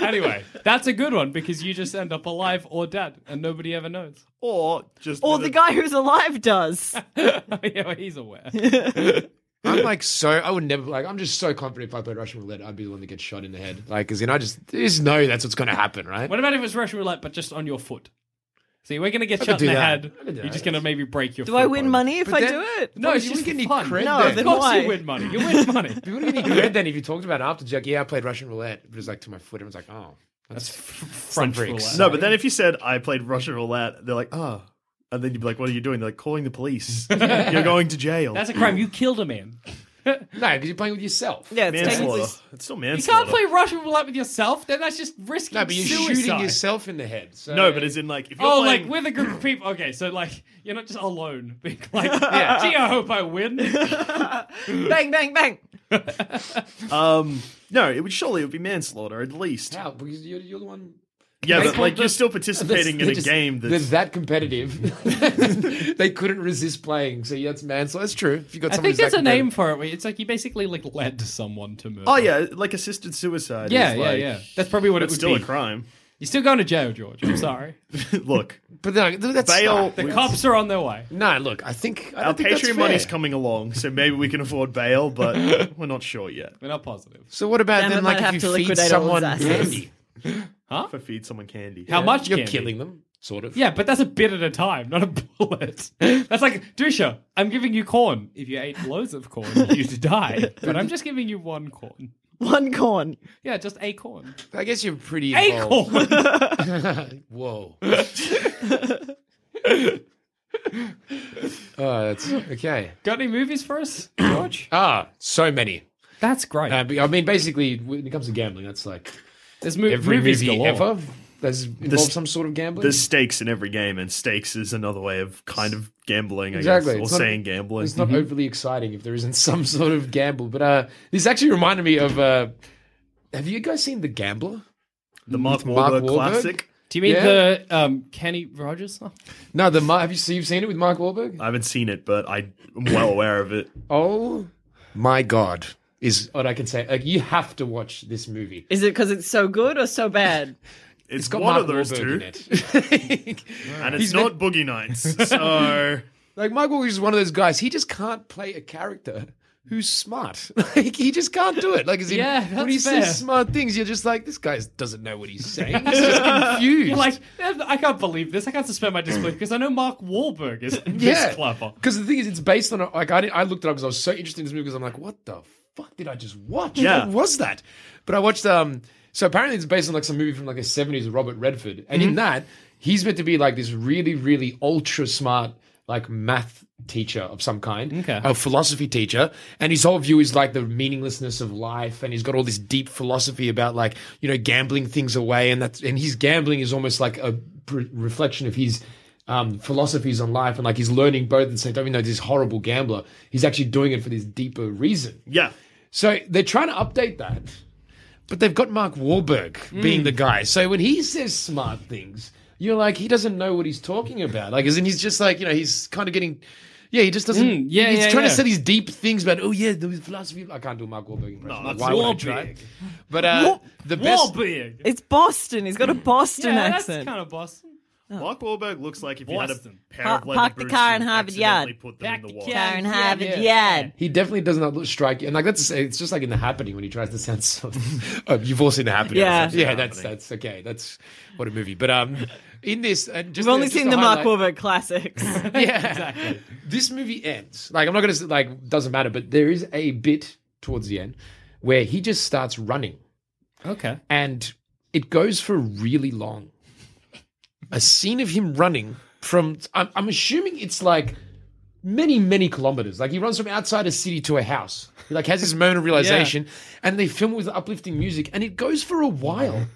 Speaker 2: Anyway, that's a good one because you just end up alive or dead and nobody ever knows.
Speaker 1: or just
Speaker 3: Or
Speaker 1: with
Speaker 3: the
Speaker 1: a-
Speaker 3: guy who's alive does.
Speaker 2: yeah, well, he's aware.
Speaker 4: I'm like so. I would never like. I'm just so confident if I played Russian roulette, I'd be the one that gets shot in the head. Like, as in, I just I just know that's what's going to happen, right?
Speaker 2: What about if it's Russian roulette but just on your foot? See, we're going to get
Speaker 4: could
Speaker 2: shot in
Speaker 4: do
Speaker 2: the
Speaker 4: that.
Speaker 2: head.
Speaker 4: I could do
Speaker 2: You're just
Speaker 4: that.
Speaker 2: going to maybe break your
Speaker 3: Do
Speaker 2: foot.
Speaker 3: I win
Speaker 2: by-
Speaker 3: money if
Speaker 4: But
Speaker 3: I
Speaker 4: then-
Speaker 3: do it?
Speaker 2: No,
Speaker 4: Oh,
Speaker 2: it's
Speaker 4: you
Speaker 2: just
Speaker 4: wouldn't get any
Speaker 2: fun.
Speaker 4: cred
Speaker 3: No,
Speaker 4: then.
Speaker 2: Of
Speaker 3: then
Speaker 2: course
Speaker 3: why?
Speaker 2: you win money. You win money.
Speaker 4: You wouldn't get any cred then if you talked about it after, Jack. Yeah, I played Russian roulette. But it was like to my foot. Everyone's like, oh,
Speaker 2: That's French
Speaker 4: freaks.
Speaker 2: roulette.
Speaker 1: No, but then if you said I played Russian roulette, they're like, oh. And then you'd be like, what are you doing? They're like, calling the police. You're going to jail.
Speaker 2: That's a crime. You killed a man.
Speaker 4: no, because you're playing with yourself.
Speaker 3: Yeah, it's technically.
Speaker 1: manslaughter. It's still
Speaker 2: You
Speaker 1: manslaughter.
Speaker 2: can't play Russian roulette with yourself. Then that's just risking
Speaker 4: No, but you're
Speaker 2: suicide.
Speaker 4: shooting yourself in the head. So.
Speaker 1: No, but as in like if you're
Speaker 2: Oh,
Speaker 1: playing,
Speaker 2: like with a group of people. Okay, so like you're not just alone. Being like,
Speaker 4: Yeah.
Speaker 2: gee, I hope I win.
Speaker 3: Bang, bang, bang.
Speaker 1: um, no, it would surely it would be manslaughter at least.
Speaker 4: How? Because you're, you're the one.
Speaker 1: Yeah,
Speaker 4: They
Speaker 1: but like
Speaker 4: called
Speaker 1: you're
Speaker 4: this-
Speaker 1: still participating in
Speaker 4: They're
Speaker 1: a
Speaker 4: just-
Speaker 1: game
Speaker 4: they're
Speaker 1: that's
Speaker 4: that competitive. they couldn't resist playing. So yeah, that's manslaughter. That's true. If you got,
Speaker 2: I
Speaker 4: someone
Speaker 2: think
Speaker 4: who's that
Speaker 2: there's a name
Speaker 4: competitive.
Speaker 2: for it. Where it's like you basically like led someone to murder.
Speaker 1: oh yeah, like assisted suicide.
Speaker 2: yeah,
Speaker 1: is
Speaker 2: yeah,
Speaker 1: like,
Speaker 2: yeah. That's probably what it
Speaker 1: It's
Speaker 2: would
Speaker 1: still
Speaker 2: be.
Speaker 1: a crime.
Speaker 2: You're still going to jail, George. I'm sorry.
Speaker 1: Look,
Speaker 4: But no, that's
Speaker 1: bail.
Speaker 2: The cops are on their way.
Speaker 4: No, look, I think I
Speaker 1: Our
Speaker 4: don't think that's
Speaker 1: Patreon money's
Speaker 4: fair.
Speaker 1: coming along, so maybe we can afford bail, but we're not sure yet.
Speaker 2: We're not positive.
Speaker 4: So what about
Speaker 3: Then
Speaker 4: then,
Speaker 3: we
Speaker 4: like
Speaker 3: might have
Speaker 4: if
Speaker 3: to
Speaker 4: you feed
Speaker 3: liquidate all his
Speaker 4: someone
Speaker 3: assets.
Speaker 4: candy?
Speaker 1: If I feed someone candy,
Speaker 2: How much?
Speaker 4: You're
Speaker 2: candy?
Speaker 4: killing them, sort of.
Speaker 2: Yeah, but that's a bit at a time, not a bullet. That's like, Dusha, I'm giving you corn. If you ate loads of corn, you'd die. But I'm just giving you one corn.
Speaker 3: One corn.
Speaker 2: Yeah, just a corn.
Speaker 4: I guess you're pretty.
Speaker 2: A
Speaker 4: involved.
Speaker 2: corn!
Speaker 4: Whoa. oh, Oh, that's okay.
Speaker 2: Got any movies for us, George?
Speaker 4: Ah, so many.
Speaker 2: That's great.
Speaker 4: Uh, but I mean, basically, when it comes to gambling, that's like
Speaker 2: There's mo-
Speaker 4: every
Speaker 2: movies
Speaker 4: movie
Speaker 2: galore.
Speaker 4: ever. That's involved some sort of gambling.
Speaker 1: There's stakes in every game, and stakes is another way of kind of gambling, I
Speaker 4: Exactly.
Speaker 1: guess, or
Speaker 4: It's not-
Speaker 1: saying gambling. Mm-hmm.
Speaker 4: It's not
Speaker 2: Mm-hmm.
Speaker 4: overly exciting if there isn't some sort of gamble. But uh, this actually reminded me of. Uh, have you guys seen The Gambler?
Speaker 1: the Mark Wahlberg,
Speaker 4: Mark Wahlberg?
Speaker 1: classic.
Speaker 2: Do you mean
Speaker 4: Yeah.
Speaker 2: the um, Kenny Rogers? Oh,
Speaker 4: No, the Mar- have you seen, you've seen it with Mark Wahlberg?
Speaker 1: I haven't seen it, but I'm well aware of it.
Speaker 4: Oh my god! Is what I can say. Like you have to watch this movie.
Speaker 3: Is it because it's so good or so bad?
Speaker 1: It's,
Speaker 4: It's got
Speaker 1: one
Speaker 4: Mark
Speaker 1: of those
Speaker 4: Wahlberg
Speaker 1: two,
Speaker 4: in it.
Speaker 1: and it's not Boogie Nights. So
Speaker 4: like Mark Wahlberg is one of those guys. He just can't play a character who's smart. Like he just can't do it. Like as in,
Speaker 2: Yeah,
Speaker 4: when
Speaker 2: that's
Speaker 4: he
Speaker 2: fair.
Speaker 4: says smart things, you're just like this guy doesn't know what he's saying. He's just confused.
Speaker 2: You're like, uh, I can't believe this. I can't suspend my disbelief because I know Mark Wahlberg is this clever.
Speaker 4: Because the thing is, it's based on a, like I, did, I looked it up because I was so interested in this movie because I'm like, what the fuck did I just watch?
Speaker 1: Yeah.
Speaker 4: what was that? But I watched. um So apparently, it's based on like some movie from like the 70s, with Robert Redford, and in that, he's meant to be like this really, really ultra smart like math teacher of some kind,
Speaker 2: Okay.
Speaker 4: a philosophy teacher, and his whole view is like the meaninglessness of life, and he's got all this deep philosophy about like you know gambling things away, and that's and his gambling is almost like a pre- reflection of his. Um, philosophies on life and like he's learning both at the same time. Even though he's this horrible gambler, he's actually doing it for this deeper reason.
Speaker 1: Yeah.
Speaker 4: So they're trying to update that, but they've got Mark Wahlberg being the guy. So when he says smart things, you're like, he doesn't know what he's talking about. Like, as in, he's just like, you know, he's kind of getting. Yeah, he just doesn't.
Speaker 2: Mm, yeah,
Speaker 4: he's
Speaker 2: yeah,
Speaker 4: trying
Speaker 2: yeah.
Speaker 4: to say these deep things about. Oh yeah, the philosophy. I can't do a Mark Wahlberg impression.
Speaker 1: No,
Speaker 4: Like,
Speaker 1: that's
Speaker 4: why would I try?
Speaker 1: Wahlberg.
Speaker 4: But uh, the best.
Speaker 2: Wahlberg.
Speaker 3: It's Boston. He's got a Boston
Speaker 2: Yeah, that's
Speaker 3: accent.
Speaker 2: kind of Boston.
Speaker 1: Mark Wahlberg looks like if you had a
Speaker 2: Boston.
Speaker 1: pair of
Speaker 3: Pa-
Speaker 1: leather
Speaker 3: park the
Speaker 1: boots
Speaker 3: car
Speaker 1: and
Speaker 3: in Harvard
Speaker 1: accidentally
Speaker 3: Yard.
Speaker 1: Put them
Speaker 2: Back
Speaker 1: in the
Speaker 2: to
Speaker 1: water.
Speaker 2: Cal-
Speaker 3: Karen
Speaker 2: Yeah,
Speaker 3: Harvard,
Speaker 2: yeah.
Speaker 3: yeah.
Speaker 4: He definitely does not look strike and like that's it's just like in the happening when he tries to sound so. oh, you've all seen the happening,
Speaker 3: Yeah.
Speaker 4: That's- yeah, that's
Speaker 1: Happening.
Speaker 4: that's okay. That's what a movie. But um, in this, and just
Speaker 3: We've only
Speaker 4: just
Speaker 3: seen
Speaker 4: to
Speaker 3: the Mark
Speaker 4: highlight-
Speaker 3: Wahlberg classics.
Speaker 4: yeah, exactly. This movie ends. Like, I'm not gonna say, like doesn't matter, but there is a bit towards the end where he just starts running,
Speaker 2: Okay.
Speaker 4: and it goes for really long. A scene of him running from. I'm, I'm assuming it's like many many kilometers. Like he runs from outside a city to a house. He like has this moment of realization, and they film it with uplifting music, and it goes for a while.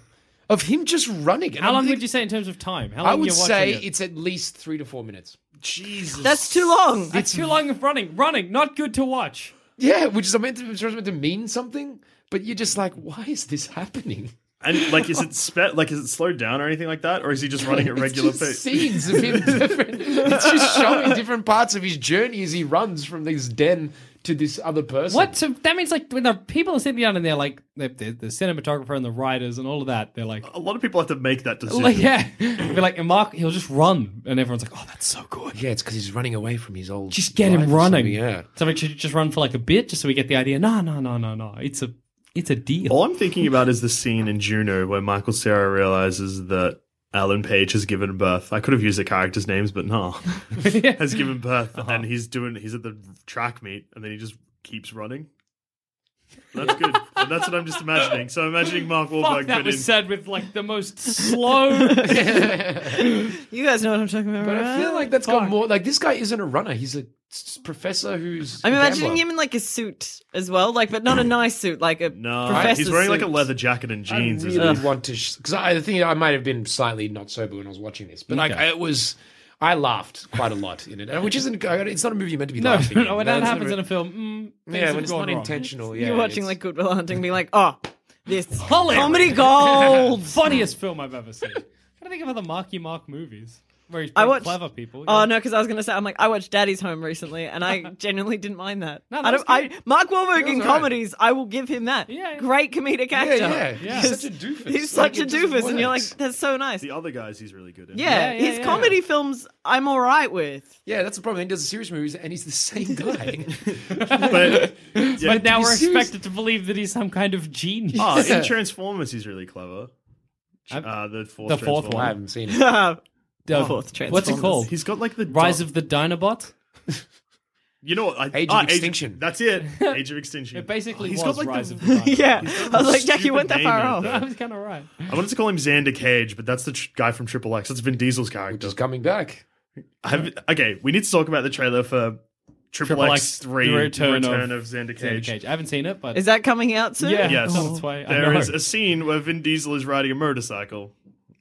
Speaker 4: Of him just running. And
Speaker 2: How
Speaker 4: I'm
Speaker 2: long
Speaker 4: think-
Speaker 2: would you say in terms of time? How long
Speaker 4: Um, I would
Speaker 2: you're watching
Speaker 4: say
Speaker 2: it?
Speaker 4: it's at least three to four minutes.
Speaker 1: Jesus.
Speaker 3: That's too long.
Speaker 2: That's too long of running. Running, not good to watch.
Speaker 4: Yeah, which is meant to, which was meant to mean something, but you're just like, why is this happening?
Speaker 1: And like, is it sped? Like, is it slowed down or anything like that? Or is he just running at regular
Speaker 4: it's just
Speaker 1: pace?
Speaker 4: scenes of him different. It's just showing different parts of his journey as he runs from this den to this other person.
Speaker 2: What? So that means like when the people are sitting down and they're like the, the, the cinematographer and the writers and all of that. They're like,
Speaker 1: A lot of people have to make that decision.
Speaker 2: like yeah. Be like, and Mark, he'll just run, and everyone's like, oh, that's so good.
Speaker 4: Yeah, it's because he's running away from his old.
Speaker 2: Just get him
Speaker 4: life or
Speaker 2: running.
Speaker 4: something, Yeah.
Speaker 2: So we should just run for like a bit, just so we get the idea. No, no, no, no, no. It's a, it's a deal.
Speaker 1: All I'm thinking about is the scene in Juno where Michael Sarah realizes that Alan Page has given birth. I could have used the characters' names, but no.
Speaker 2: Oh.
Speaker 1: has given birth, and he's doing. He's at the track meet, and then he just keeps running. That's good. and that's what I'm just imagining. So I'm imagining Mark Wahlberg
Speaker 2: Fuck, that
Speaker 1: put in.
Speaker 2: was said with like the most slow.
Speaker 3: You guys know what I'm talking about,
Speaker 4: But I feel
Speaker 3: right?
Speaker 4: like that's got more. Like this guy isn't a runner. He's a s- professor who's.
Speaker 3: I'm
Speaker 4: a
Speaker 3: imagining
Speaker 4: gambler.
Speaker 3: him in like a suit as well, like but not a nice suit, like a
Speaker 1: no,
Speaker 3: professor's
Speaker 1: he's wearing like a
Speaker 3: suit.
Speaker 1: leather jacket and jeans.
Speaker 4: I
Speaker 1: isn't
Speaker 4: really
Speaker 1: he?
Speaker 4: want to because I think I might have been slightly not sober when I was watching this, but like
Speaker 2: Okay.
Speaker 4: it was, I laughed quite a lot in it, and which isn't. It's not a movie meant to be
Speaker 2: no,
Speaker 4: laughing.
Speaker 3: oh,
Speaker 2: no, when that
Speaker 4: That's
Speaker 2: happens
Speaker 4: never-
Speaker 2: in a film, mm,
Speaker 4: yeah, when it's not intentional. Yeah,
Speaker 3: You're watching
Speaker 4: it's-
Speaker 3: like Goodwill Hunting, being like, oh, this
Speaker 2: Hilarious.
Speaker 3: comedy gold.
Speaker 2: Funniest film I've ever seen. I think of other Marky Mark movies where he's
Speaker 3: I
Speaker 2: playing
Speaker 3: watched-
Speaker 2: clever people.
Speaker 3: Oh no, because I was gonna say I'm like I watched Daddy's Home recently, and I genuinely didn't mind that.
Speaker 2: No, that
Speaker 3: I don't.
Speaker 2: was good.
Speaker 3: I Mark Wahlberg in
Speaker 4: alright.
Speaker 3: comedies, I will give him that.
Speaker 2: Yeah, yeah.
Speaker 3: great comedic
Speaker 4: Yeah,
Speaker 3: actor.
Speaker 4: yeah,
Speaker 2: Yeah.
Speaker 4: He's such a doofus.
Speaker 3: He's
Speaker 4: Like,
Speaker 3: such a
Speaker 4: it just
Speaker 3: doofus, and you're like,
Speaker 4: works.
Speaker 3: that's so nice.
Speaker 1: The other guys, he's really good. In.
Speaker 3: yeah,
Speaker 2: Yeah, yeah,
Speaker 3: his
Speaker 2: yeah.
Speaker 3: comedy films I'm all right with.
Speaker 4: yeah, that's the problem. He does serious movies, and he's the same guy.
Speaker 1: but yeah,
Speaker 2: But now
Speaker 4: you
Speaker 2: we're
Speaker 4: serious?
Speaker 2: expected to believe that he's some kind of genius.
Speaker 1: Ah, in Transformers, he's really clever. Uh, the fourth,
Speaker 2: The
Speaker 1: Transformer.
Speaker 2: fourth
Speaker 4: I
Speaker 2: one.
Speaker 4: haven't seen it.
Speaker 3: Uh,
Speaker 2: Uh,
Speaker 3: Fourth Transformers.
Speaker 2: What's it called?
Speaker 1: He's got like the
Speaker 2: Rise of the Dinobot.
Speaker 1: You know what? I,
Speaker 4: Age of
Speaker 1: ah,
Speaker 4: Extinction.
Speaker 1: that's it. Age of Extinction.
Speaker 2: It basically
Speaker 1: He's
Speaker 2: was
Speaker 1: got like
Speaker 2: Rise
Speaker 1: the,
Speaker 2: of the Dinobot.
Speaker 3: yeah, I was like,
Speaker 1: Stupid
Speaker 3: Jack, you went that
Speaker 1: name
Speaker 3: far
Speaker 1: in it,
Speaker 3: off.
Speaker 1: though.
Speaker 2: I was kind of right.
Speaker 1: I wanted to call him Xander Cage, but that's the tr- guy from Triple X. That's Vin Diesel's
Speaker 4: Which
Speaker 1: character.
Speaker 4: is coming back.
Speaker 1: Have- okay, we need to talk about the trailer for Triple
Speaker 2: Triple
Speaker 1: X
Speaker 2: X,
Speaker 1: Three:
Speaker 2: The
Speaker 1: The
Speaker 2: Return
Speaker 1: Return,
Speaker 2: of
Speaker 1: of, Xander Cage.
Speaker 2: Cage. Cage. I haven't seen it, but
Speaker 3: Is that coming out soon?
Speaker 2: yeah,
Speaker 1: Yes.
Speaker 2: Oh, that's why I
Speaker 1: There
Speaker 2: know.
Speaker 1: is a scene where Vin Diesel is riding a motorcycle,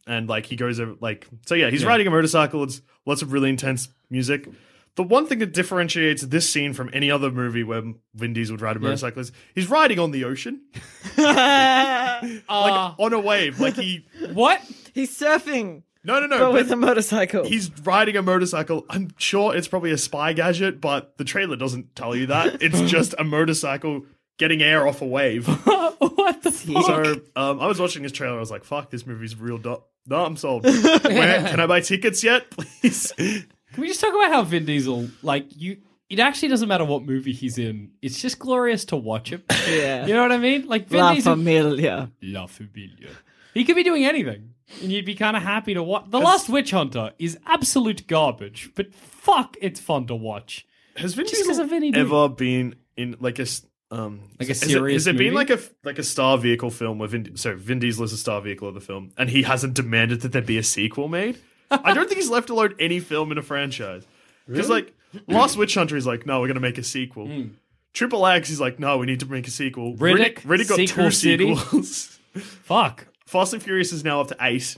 Speaker 1: and like he goes over, like so. Yeah, he's riding a motorcycle. It's lots of really intense music. The one thing that differentiates this scene from any other movie where Vin Diesel would ride a motorcycle is he's riding on the ocean, like
Speaker 2: Ah,
Speaker 1: on a wave. Like he,
Speaker 2: what?
Speaker 3: He's surfing,
Speaker 1: no, no, no.
Speaker 3: but
Speaker 1: but-
Speaker 3: with a motorcycle.
Speaker 1: he's riding a motorcycle. I'm sure it's probably a spy gadget, but the trailer doesn't tell you that. It's just a motorcycle getting air off a wave.
Speaker 2: what the fuck?
Speaker 1: So um, I was watching this trailer. I was like, "Fuck, this movie's real." Do- no, I'm sold. Where, can I buy tickets yet, please?
Speaker 2: Can we just talk about how Vin Diesel, like you, it actually doesn't matter what movie he's in. It's just glorious to watch him.
Speaker 3: yeah,
Speaker 2: You know what I mean? Like Vin
Speaker 3: La
Speaker 2: Diesel,
Speaker 3: Familia.
Speaker 2: La Familia. He could be doing anything, and you'd be kind of happy to watch. The Last Witch Hunter is absolute garbage, but fuck, it's fun to watch.
Speaker 1: Has Vin
Speaker 2: Just 'cause
Speaker 1: Diesel
Speaker 2: of Vinny Diesel.
Speaker 1: ever been in like a s- um
Speaker 2: Like a
Speaker 1: is it-
Speaker 2: serious
Speaker 1: Has it
Speaker 2: movie?
Speaker 1: been like a f- like a star vehicle film where Vin? So Vin Diesel is a star vehicle of the film, and he hasn't demanded that there be a sequel made. I don't think he's left alone any film in a franchise. Because like Last Witch Hunter is like, no, we're gonna make a sequel. Triple X is like, no, we need to make a sequel.
Speaker 2: Hmm. Riddick,
Speaker 1: Riddick got
Speaker 2: Sequel
Speaker 1: two
Speaker 2: City.
Speaker 1: sequels.
Speaker 2: Fuck.
Speaker 1: Fast and Furious is now up to eight.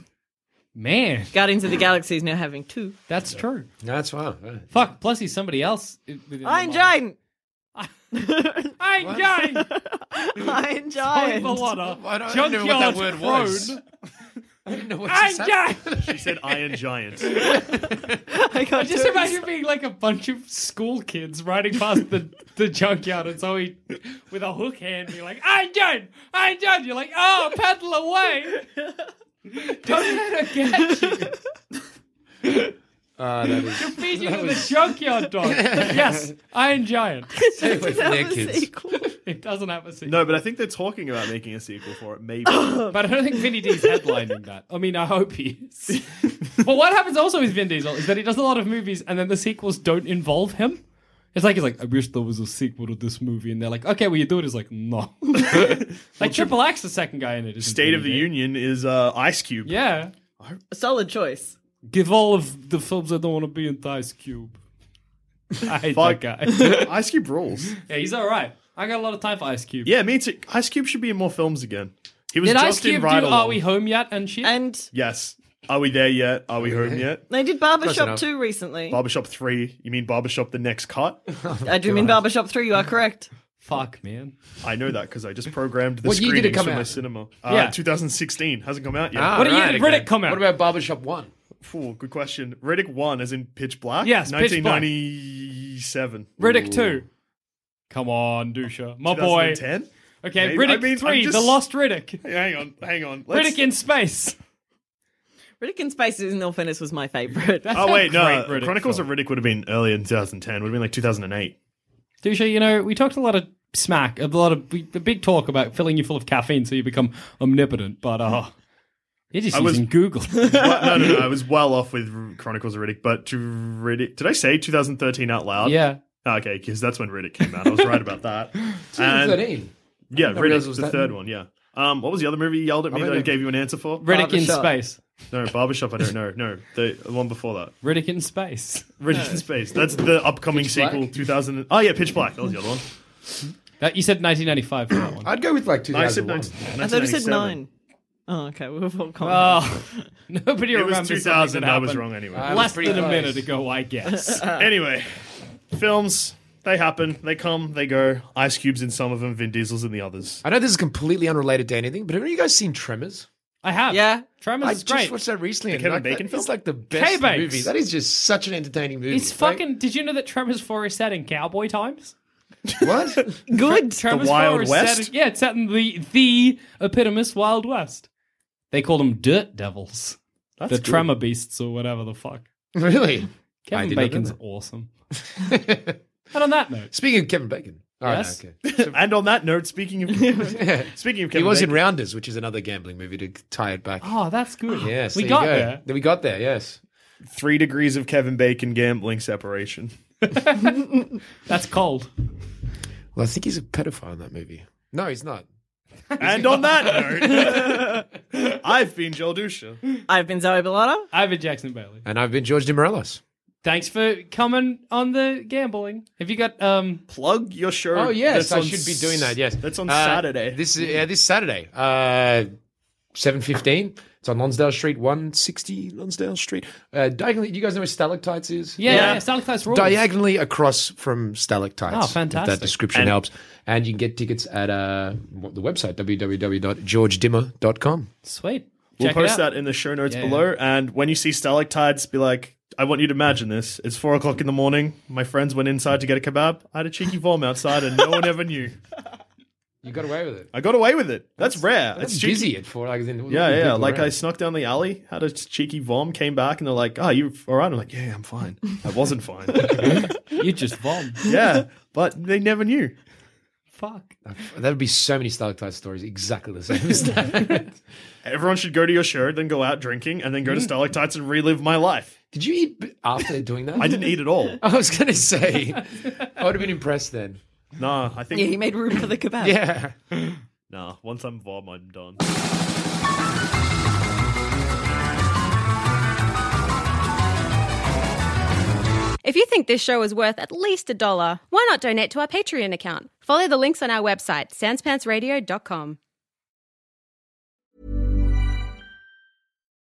Speaker 2: Man,
Speaker 3: Guardians of the Galaxy is now having two.
Speaker 2: that's true.
Speaker 4: No, that's fine. Right.
Speaker 2: Fuck. Plus, he's somebody else. i- within the
Speaker 3: Iron
Speaker 2: lineup.
Speaker 3: Giant.
Speaker 2: Iron Giant.
Speaker 3: Iron
Speaker 2: Iron
Speaker 3: Giant.
Speaker 2: Valada.
Speaker 4: I don't, I don't
Speaker 2: Junkyard
Speaker 4: know what that word
Speaker 2: Crone.
Speaker 4: was. I didn't know what
Speaker 2: Iron
Speaker 4: just happened.
Speaker 2: Giant.
Speaker 1: She said Iron Giant.
Speaker 3: I got
Speaker 2: Just
Speaker 3: two.
Speaker 2: imagine being like a bunch of school kids riding past the, the junkyard and so he, with a hook hand, you're like, I done! I done! You're like, oh, paddle away! Don't let her get you!
Speaker 4: Ah, that is.
Speaker 2: Feed you to the junkyard dog! Yes, Iron Giant.
Speaker 4: Stay away from their
Speaker 3: Have a
Speaker 4: kids.
Speaker 3: sequel.
Speaker 2: It doesn't have a sequel.
Speaker 1: No, but I think they're talking about making a sequel for it. Maybe
Speaker 2: But I don't think Vin Diesel's headlining that. I mean, I hope he is. but what happens also with Vin Diesel is that he does a lot of movies and then the sequels don't involve him. It's like he's like, I wish there was a sequel to this movie, and they're like, okay, well you do it. He's like, no. like Triple X, the second guy in it. isn't
Speaker 1: State of the
Speaker 2: Vin Diesel.
Speaker 1: Union is uh, Ice Cube.
Speaker 2: Yeah.
Speaker 3: Solid choice.
Speaker 2: Give all of the films I don't want to be in Dice Cube. I hate
Speaker 1: Fuck.
Speaker 2: that guy.
Speaker 1: Ice Cube rules.
Speaker 2: yeah, he's all right. I got a lot of time for Ice Cube.
Speaker 1: Yeah, me too. Ice Cube should be in more films again. He was
Speaker 2: Did
Speaker 1: just
Speaker 2: Ice
Speaker 1: in
Speaker 2: Cube do
Speaker 1: Ride
Speaker 2: Are
Speaker 1: Along.
Speaker 2: We Home Yet and shit?
Speaker 3: And
Speaker 1: Yes. Are we there yet? Are we home yet?
Speaker 3: they did
Speaker 4: Close
Speaker 3: Barbershop
Speaker 4: enough.
Speaker 3: 2 recently.
Speaker 1: Barbershop three. You mean Barbershop the next cut?
Speaker 3: I do mean Barbershop 3, you are correct.
Speaker 2: Fuck, man.
Speaker 1: I know that because I just programmed the
Speaker 4: What year did it
Speaker 1: screenings
Speaker 4: come
Speaker 1: for my
Speaker 4: out?
Speaker 1: cinema. Uh,
Speaker 2: Yeah.
Speaker 1: 2016 hasn't come out yet.
Speaker 4: Ah,
Speaker 2: What year
Speaker 4: right,
Speaker 2: did Riddick
Speaker 4: okay.
Speaker 2: come out?
Speaker 4: What about Barbershop 1?
Speaker 1: Phew, good question. Riddick one, as in Pitch Black.
Speaker 2: Yes, Pitch Black.
Speaker 1: 1997.
Speaker 2: Riddick 2. Come on, Dusha. My boy.
Speaker 1: 2010.
Speaker 2: Okay,
Speaker 1: Maybe-
Speaker 2: Riddick
Speaker 1: I mean, I'm
Speaker 2: 3, The
Speaker 1: just-
Speaker 2: Lost Riddick.
Speaker 1: Hang on, hang on.
Speaker 2: Riddick in Space.
Speaker 3: Riddick in Space, in all fairness, was my favourite.
Speaker 2: That's
Speaker 1: Oh
Speaker 2: a
Speaker 1: wait, no.
Speaker 2: great Riddick
Speaker 1: Chronicles
Speaker 2: film.
Speaker 1: of Riddick would have been earlier in 2010. Would have been like 2008.
Speaker 2: Dusha, you know, we talked a lot of smack, a lot of we- the big talk about filling you full of caffeine so you become omnipotent, but uh, you're just
Speaker 1: I was-
Speaker 2: using Google.
Speaker 1: Well, no, no, no. I was well off with R- Chronicles of Riddick, but to Riddick, did I say 2013 out loud?
Speaker 2: yeah.
Speaker 1: Oh, Okay, because that's when Riddick came out. I was right about that. And,
Speaker 4: 13.
Speaker 1: yeah,
Speaker 4: realize
Speaker 1: Riddick,
Speaker 4: it was
Speaker 1: the
Speaker 4: that-
Speaker 1: third one. Yeah. Um, what was the other movie you yelled at me
Speaker 4: I
Speaker 1: that I
Speaker 4: remember-
Speaker 1: gave you an answer for?
Speaker 2: Riddick in
Speaker 4: Barbershop.
Speaker 2: Space.
Speaker 1: No, Barbershop. I don't know. No, the one before that.
Speaker 2: Riddick in Space.
Speaker 1: Riddick in Space. That's the upcoming
Speaker 4: Black?
Speaker 1: sequel. 2000. Oh yeah, Pitch Black. That was the other one.
Speaker 2: That, Uh, you said 1995 for that one.
Speaker 4: I'd go with like
Speaker 1: I said
Speaker 4: 2001.
Speaker 1: 19-
Speaker 3: I thought you
Speaker 1: 1997.
Speaker 3: said 9. Oh, okay. We were all common.
Speaker 4: Ah.
Speaker 2: Oh, nobody
Speaker 1: It was
Speaker 2: remembers
Speaker 1: 2000.
Speaker 2: something that
Speaker 1: I was
Speaker 2: happened
Speaker 1: wrong anyway.
Speaker 4: I was
Speaker 2: Less
Speaker 4: pretty
Speaker 2: than a
Speaker 4: close.
Speaker 2: minute ago, I guess.
Speaker 1: anyway, films. They happen. They come. They go. Ice Cube's in some of them. Vin Diesel's in the others.
Speaker 4: I know this is completely unrelated to anything, but have any of you guys seen Tremors?
Speaker 2: I have.
Speaker 3: Yeah.
Speaker 2: Tremors
Speaker 4: I
Speaker 2: is
Speaker 4: just
Speaker 2: great.
Speaker 4: watched that recently. and
Speaker 1: Kevin
Speaker 4: like, that
Speaker 1: Bacon film?
Speaker 4: is like the best
Speaker 2: K-Bakes.
Speaker 4: movie. That is just such an entertaining movie.
Speaker 2: It's fucking. Did you know that Tremors 4 is set in cowboy times?
Speaker 4: Like, what?
Speaker 3: Good.
Speaker 2: Tremors
Speaker 1: Wild
Speaker 2: 4 is
Speaker 1: West?
Speaker 2: Set in, yeah, it's set in the the epitomous Wild West. They call them dirt devils, the
Speaker 4: good.
Speaker 2: tremor beasts, or whatever the fuck.
Speaker 4: really? I
Speaker 2: Kevin
Speaker 4: did not know
Speaker 2: Bacon's
Speaker 4: that.
Speaker 2: awesome. and on that note,
Speaker 4: Speaking of Kevin Bacon. Oh, no,
Speaker 2: Yes.
Speaker 4: okay.
Speaker 1: And on that note, speaking of speaking of Kevin
Speaker 4: he was
Speaker 1: Bacon,
Speaker 4: in Rounders, which is another gambling movie to tie it back.
Speaker 2: oh, that's good.
Speaker 4: yes,
Speaker 2: we
Speaker 4: there you
Speaker 2: got
Speaker 4: go.
Speaker 2: there.
Speaker 4: We got there. Yes.
Speaker 1: three degrees of Kevin Bacon gambling separation.
Speaker 2: That's cold.
Speaker 4: Well, I think he's a pedophile in that movie. No, he's not.
Speaker 1: and on that note, I've been Joel Dusha.
Speaker 3: I've been Zoe Bellotta.
Speaker 2: Over Jackson Bailey.
Speaker 4: And I've been George DeMorelos.
Speaker 2: Thanks for coming on the gambling. Have you got um?
Speaker 1: Plug your show.
Speaker 4: Oh yes,
Speaker 1: That's
Speaker 4: I
Speaker 1: on
Speaker 4: should be doing that. Yes,
Speaker 1: s- that's on
Speaker 4: Uh,
Speaker 1: Saturday.
Speaker 4: This is yeah, this Saturday, uh, seven fifteen. It's on Lonsdale Street, one sixty Lonsdale Street. Uh, diagonally, do you guys know where stalactites is?
Speaker 2: Yeah, yeah.
Speaker 1: Yeah.
Speaker 2: yeah Stalactites rules.
Speaker 4: Diagonally across from stalactites.
Speaker 2: Oh,
Speaker 4: if
Speaker 2: fantastic.
Speaker 4: that
Speaker 1: Ah,
Speaker 4: description
Speaker 1: And-
Speaker 4: helps. And you can get tickets at uh, the website www.georgedimmer.com.
Speaker 2: Sweet.
Speaker 1: We'll
Speaker 2: Check it
Speaker 1: post
Speaker 2: out.
Speaker 1: that in the show notes
Speaker 2: Yeah,
Speaker 1: below. And when you see stalactites, be like, I want you to imagine this. It's four o'clock in the morning. My friends went inside to get a kebab. I had a cheeky vom outside, and no one ever knew.
Speaker 4: You got away with it.
Speaker 1: I got away with it. That's, rare.
Speaker 4: That's
Speaker 1: It's cheeky.
Speaker 4: busy at four. Like, as in,
Speaker 1: Yeah, yeah.
Speaker 4: people
Speaker 1: Like I
Speaker 4: around.
Speaker 1: snuck down the alley, had a cheeky vom, came back, and they're like, "Oh, you all right?" I'm like, "Yeah, I'm fine. I wasn't fine."
Speaker 2: You just bombed.
Speaker 1: yeah, but they never knew.
Speaker 2: Fuck.
Speaker 4: There would be so many stalactite stories exactly the same as that.
Speaker 1: Everyone should go to your show, then go out drinking, and then go to stalactites and relive my life.
Speaker 4: Did you eat b- after doing that?
Speaker 1: I didn't eat at all.
Speaker 4: I was going to say, I would have been impressed then.
Speaker 1: Nah, I think
Speaker 3: Yeah, he made room for the kebab.
Speaker 4: Yeah.
Speaker 1: nah. Once I'm vom, I'm done.
Speaker 3: If If you think this show is worth at least a dollar, why not donate to our Patreon account? Follow the links on our website, sanspantsradio.com.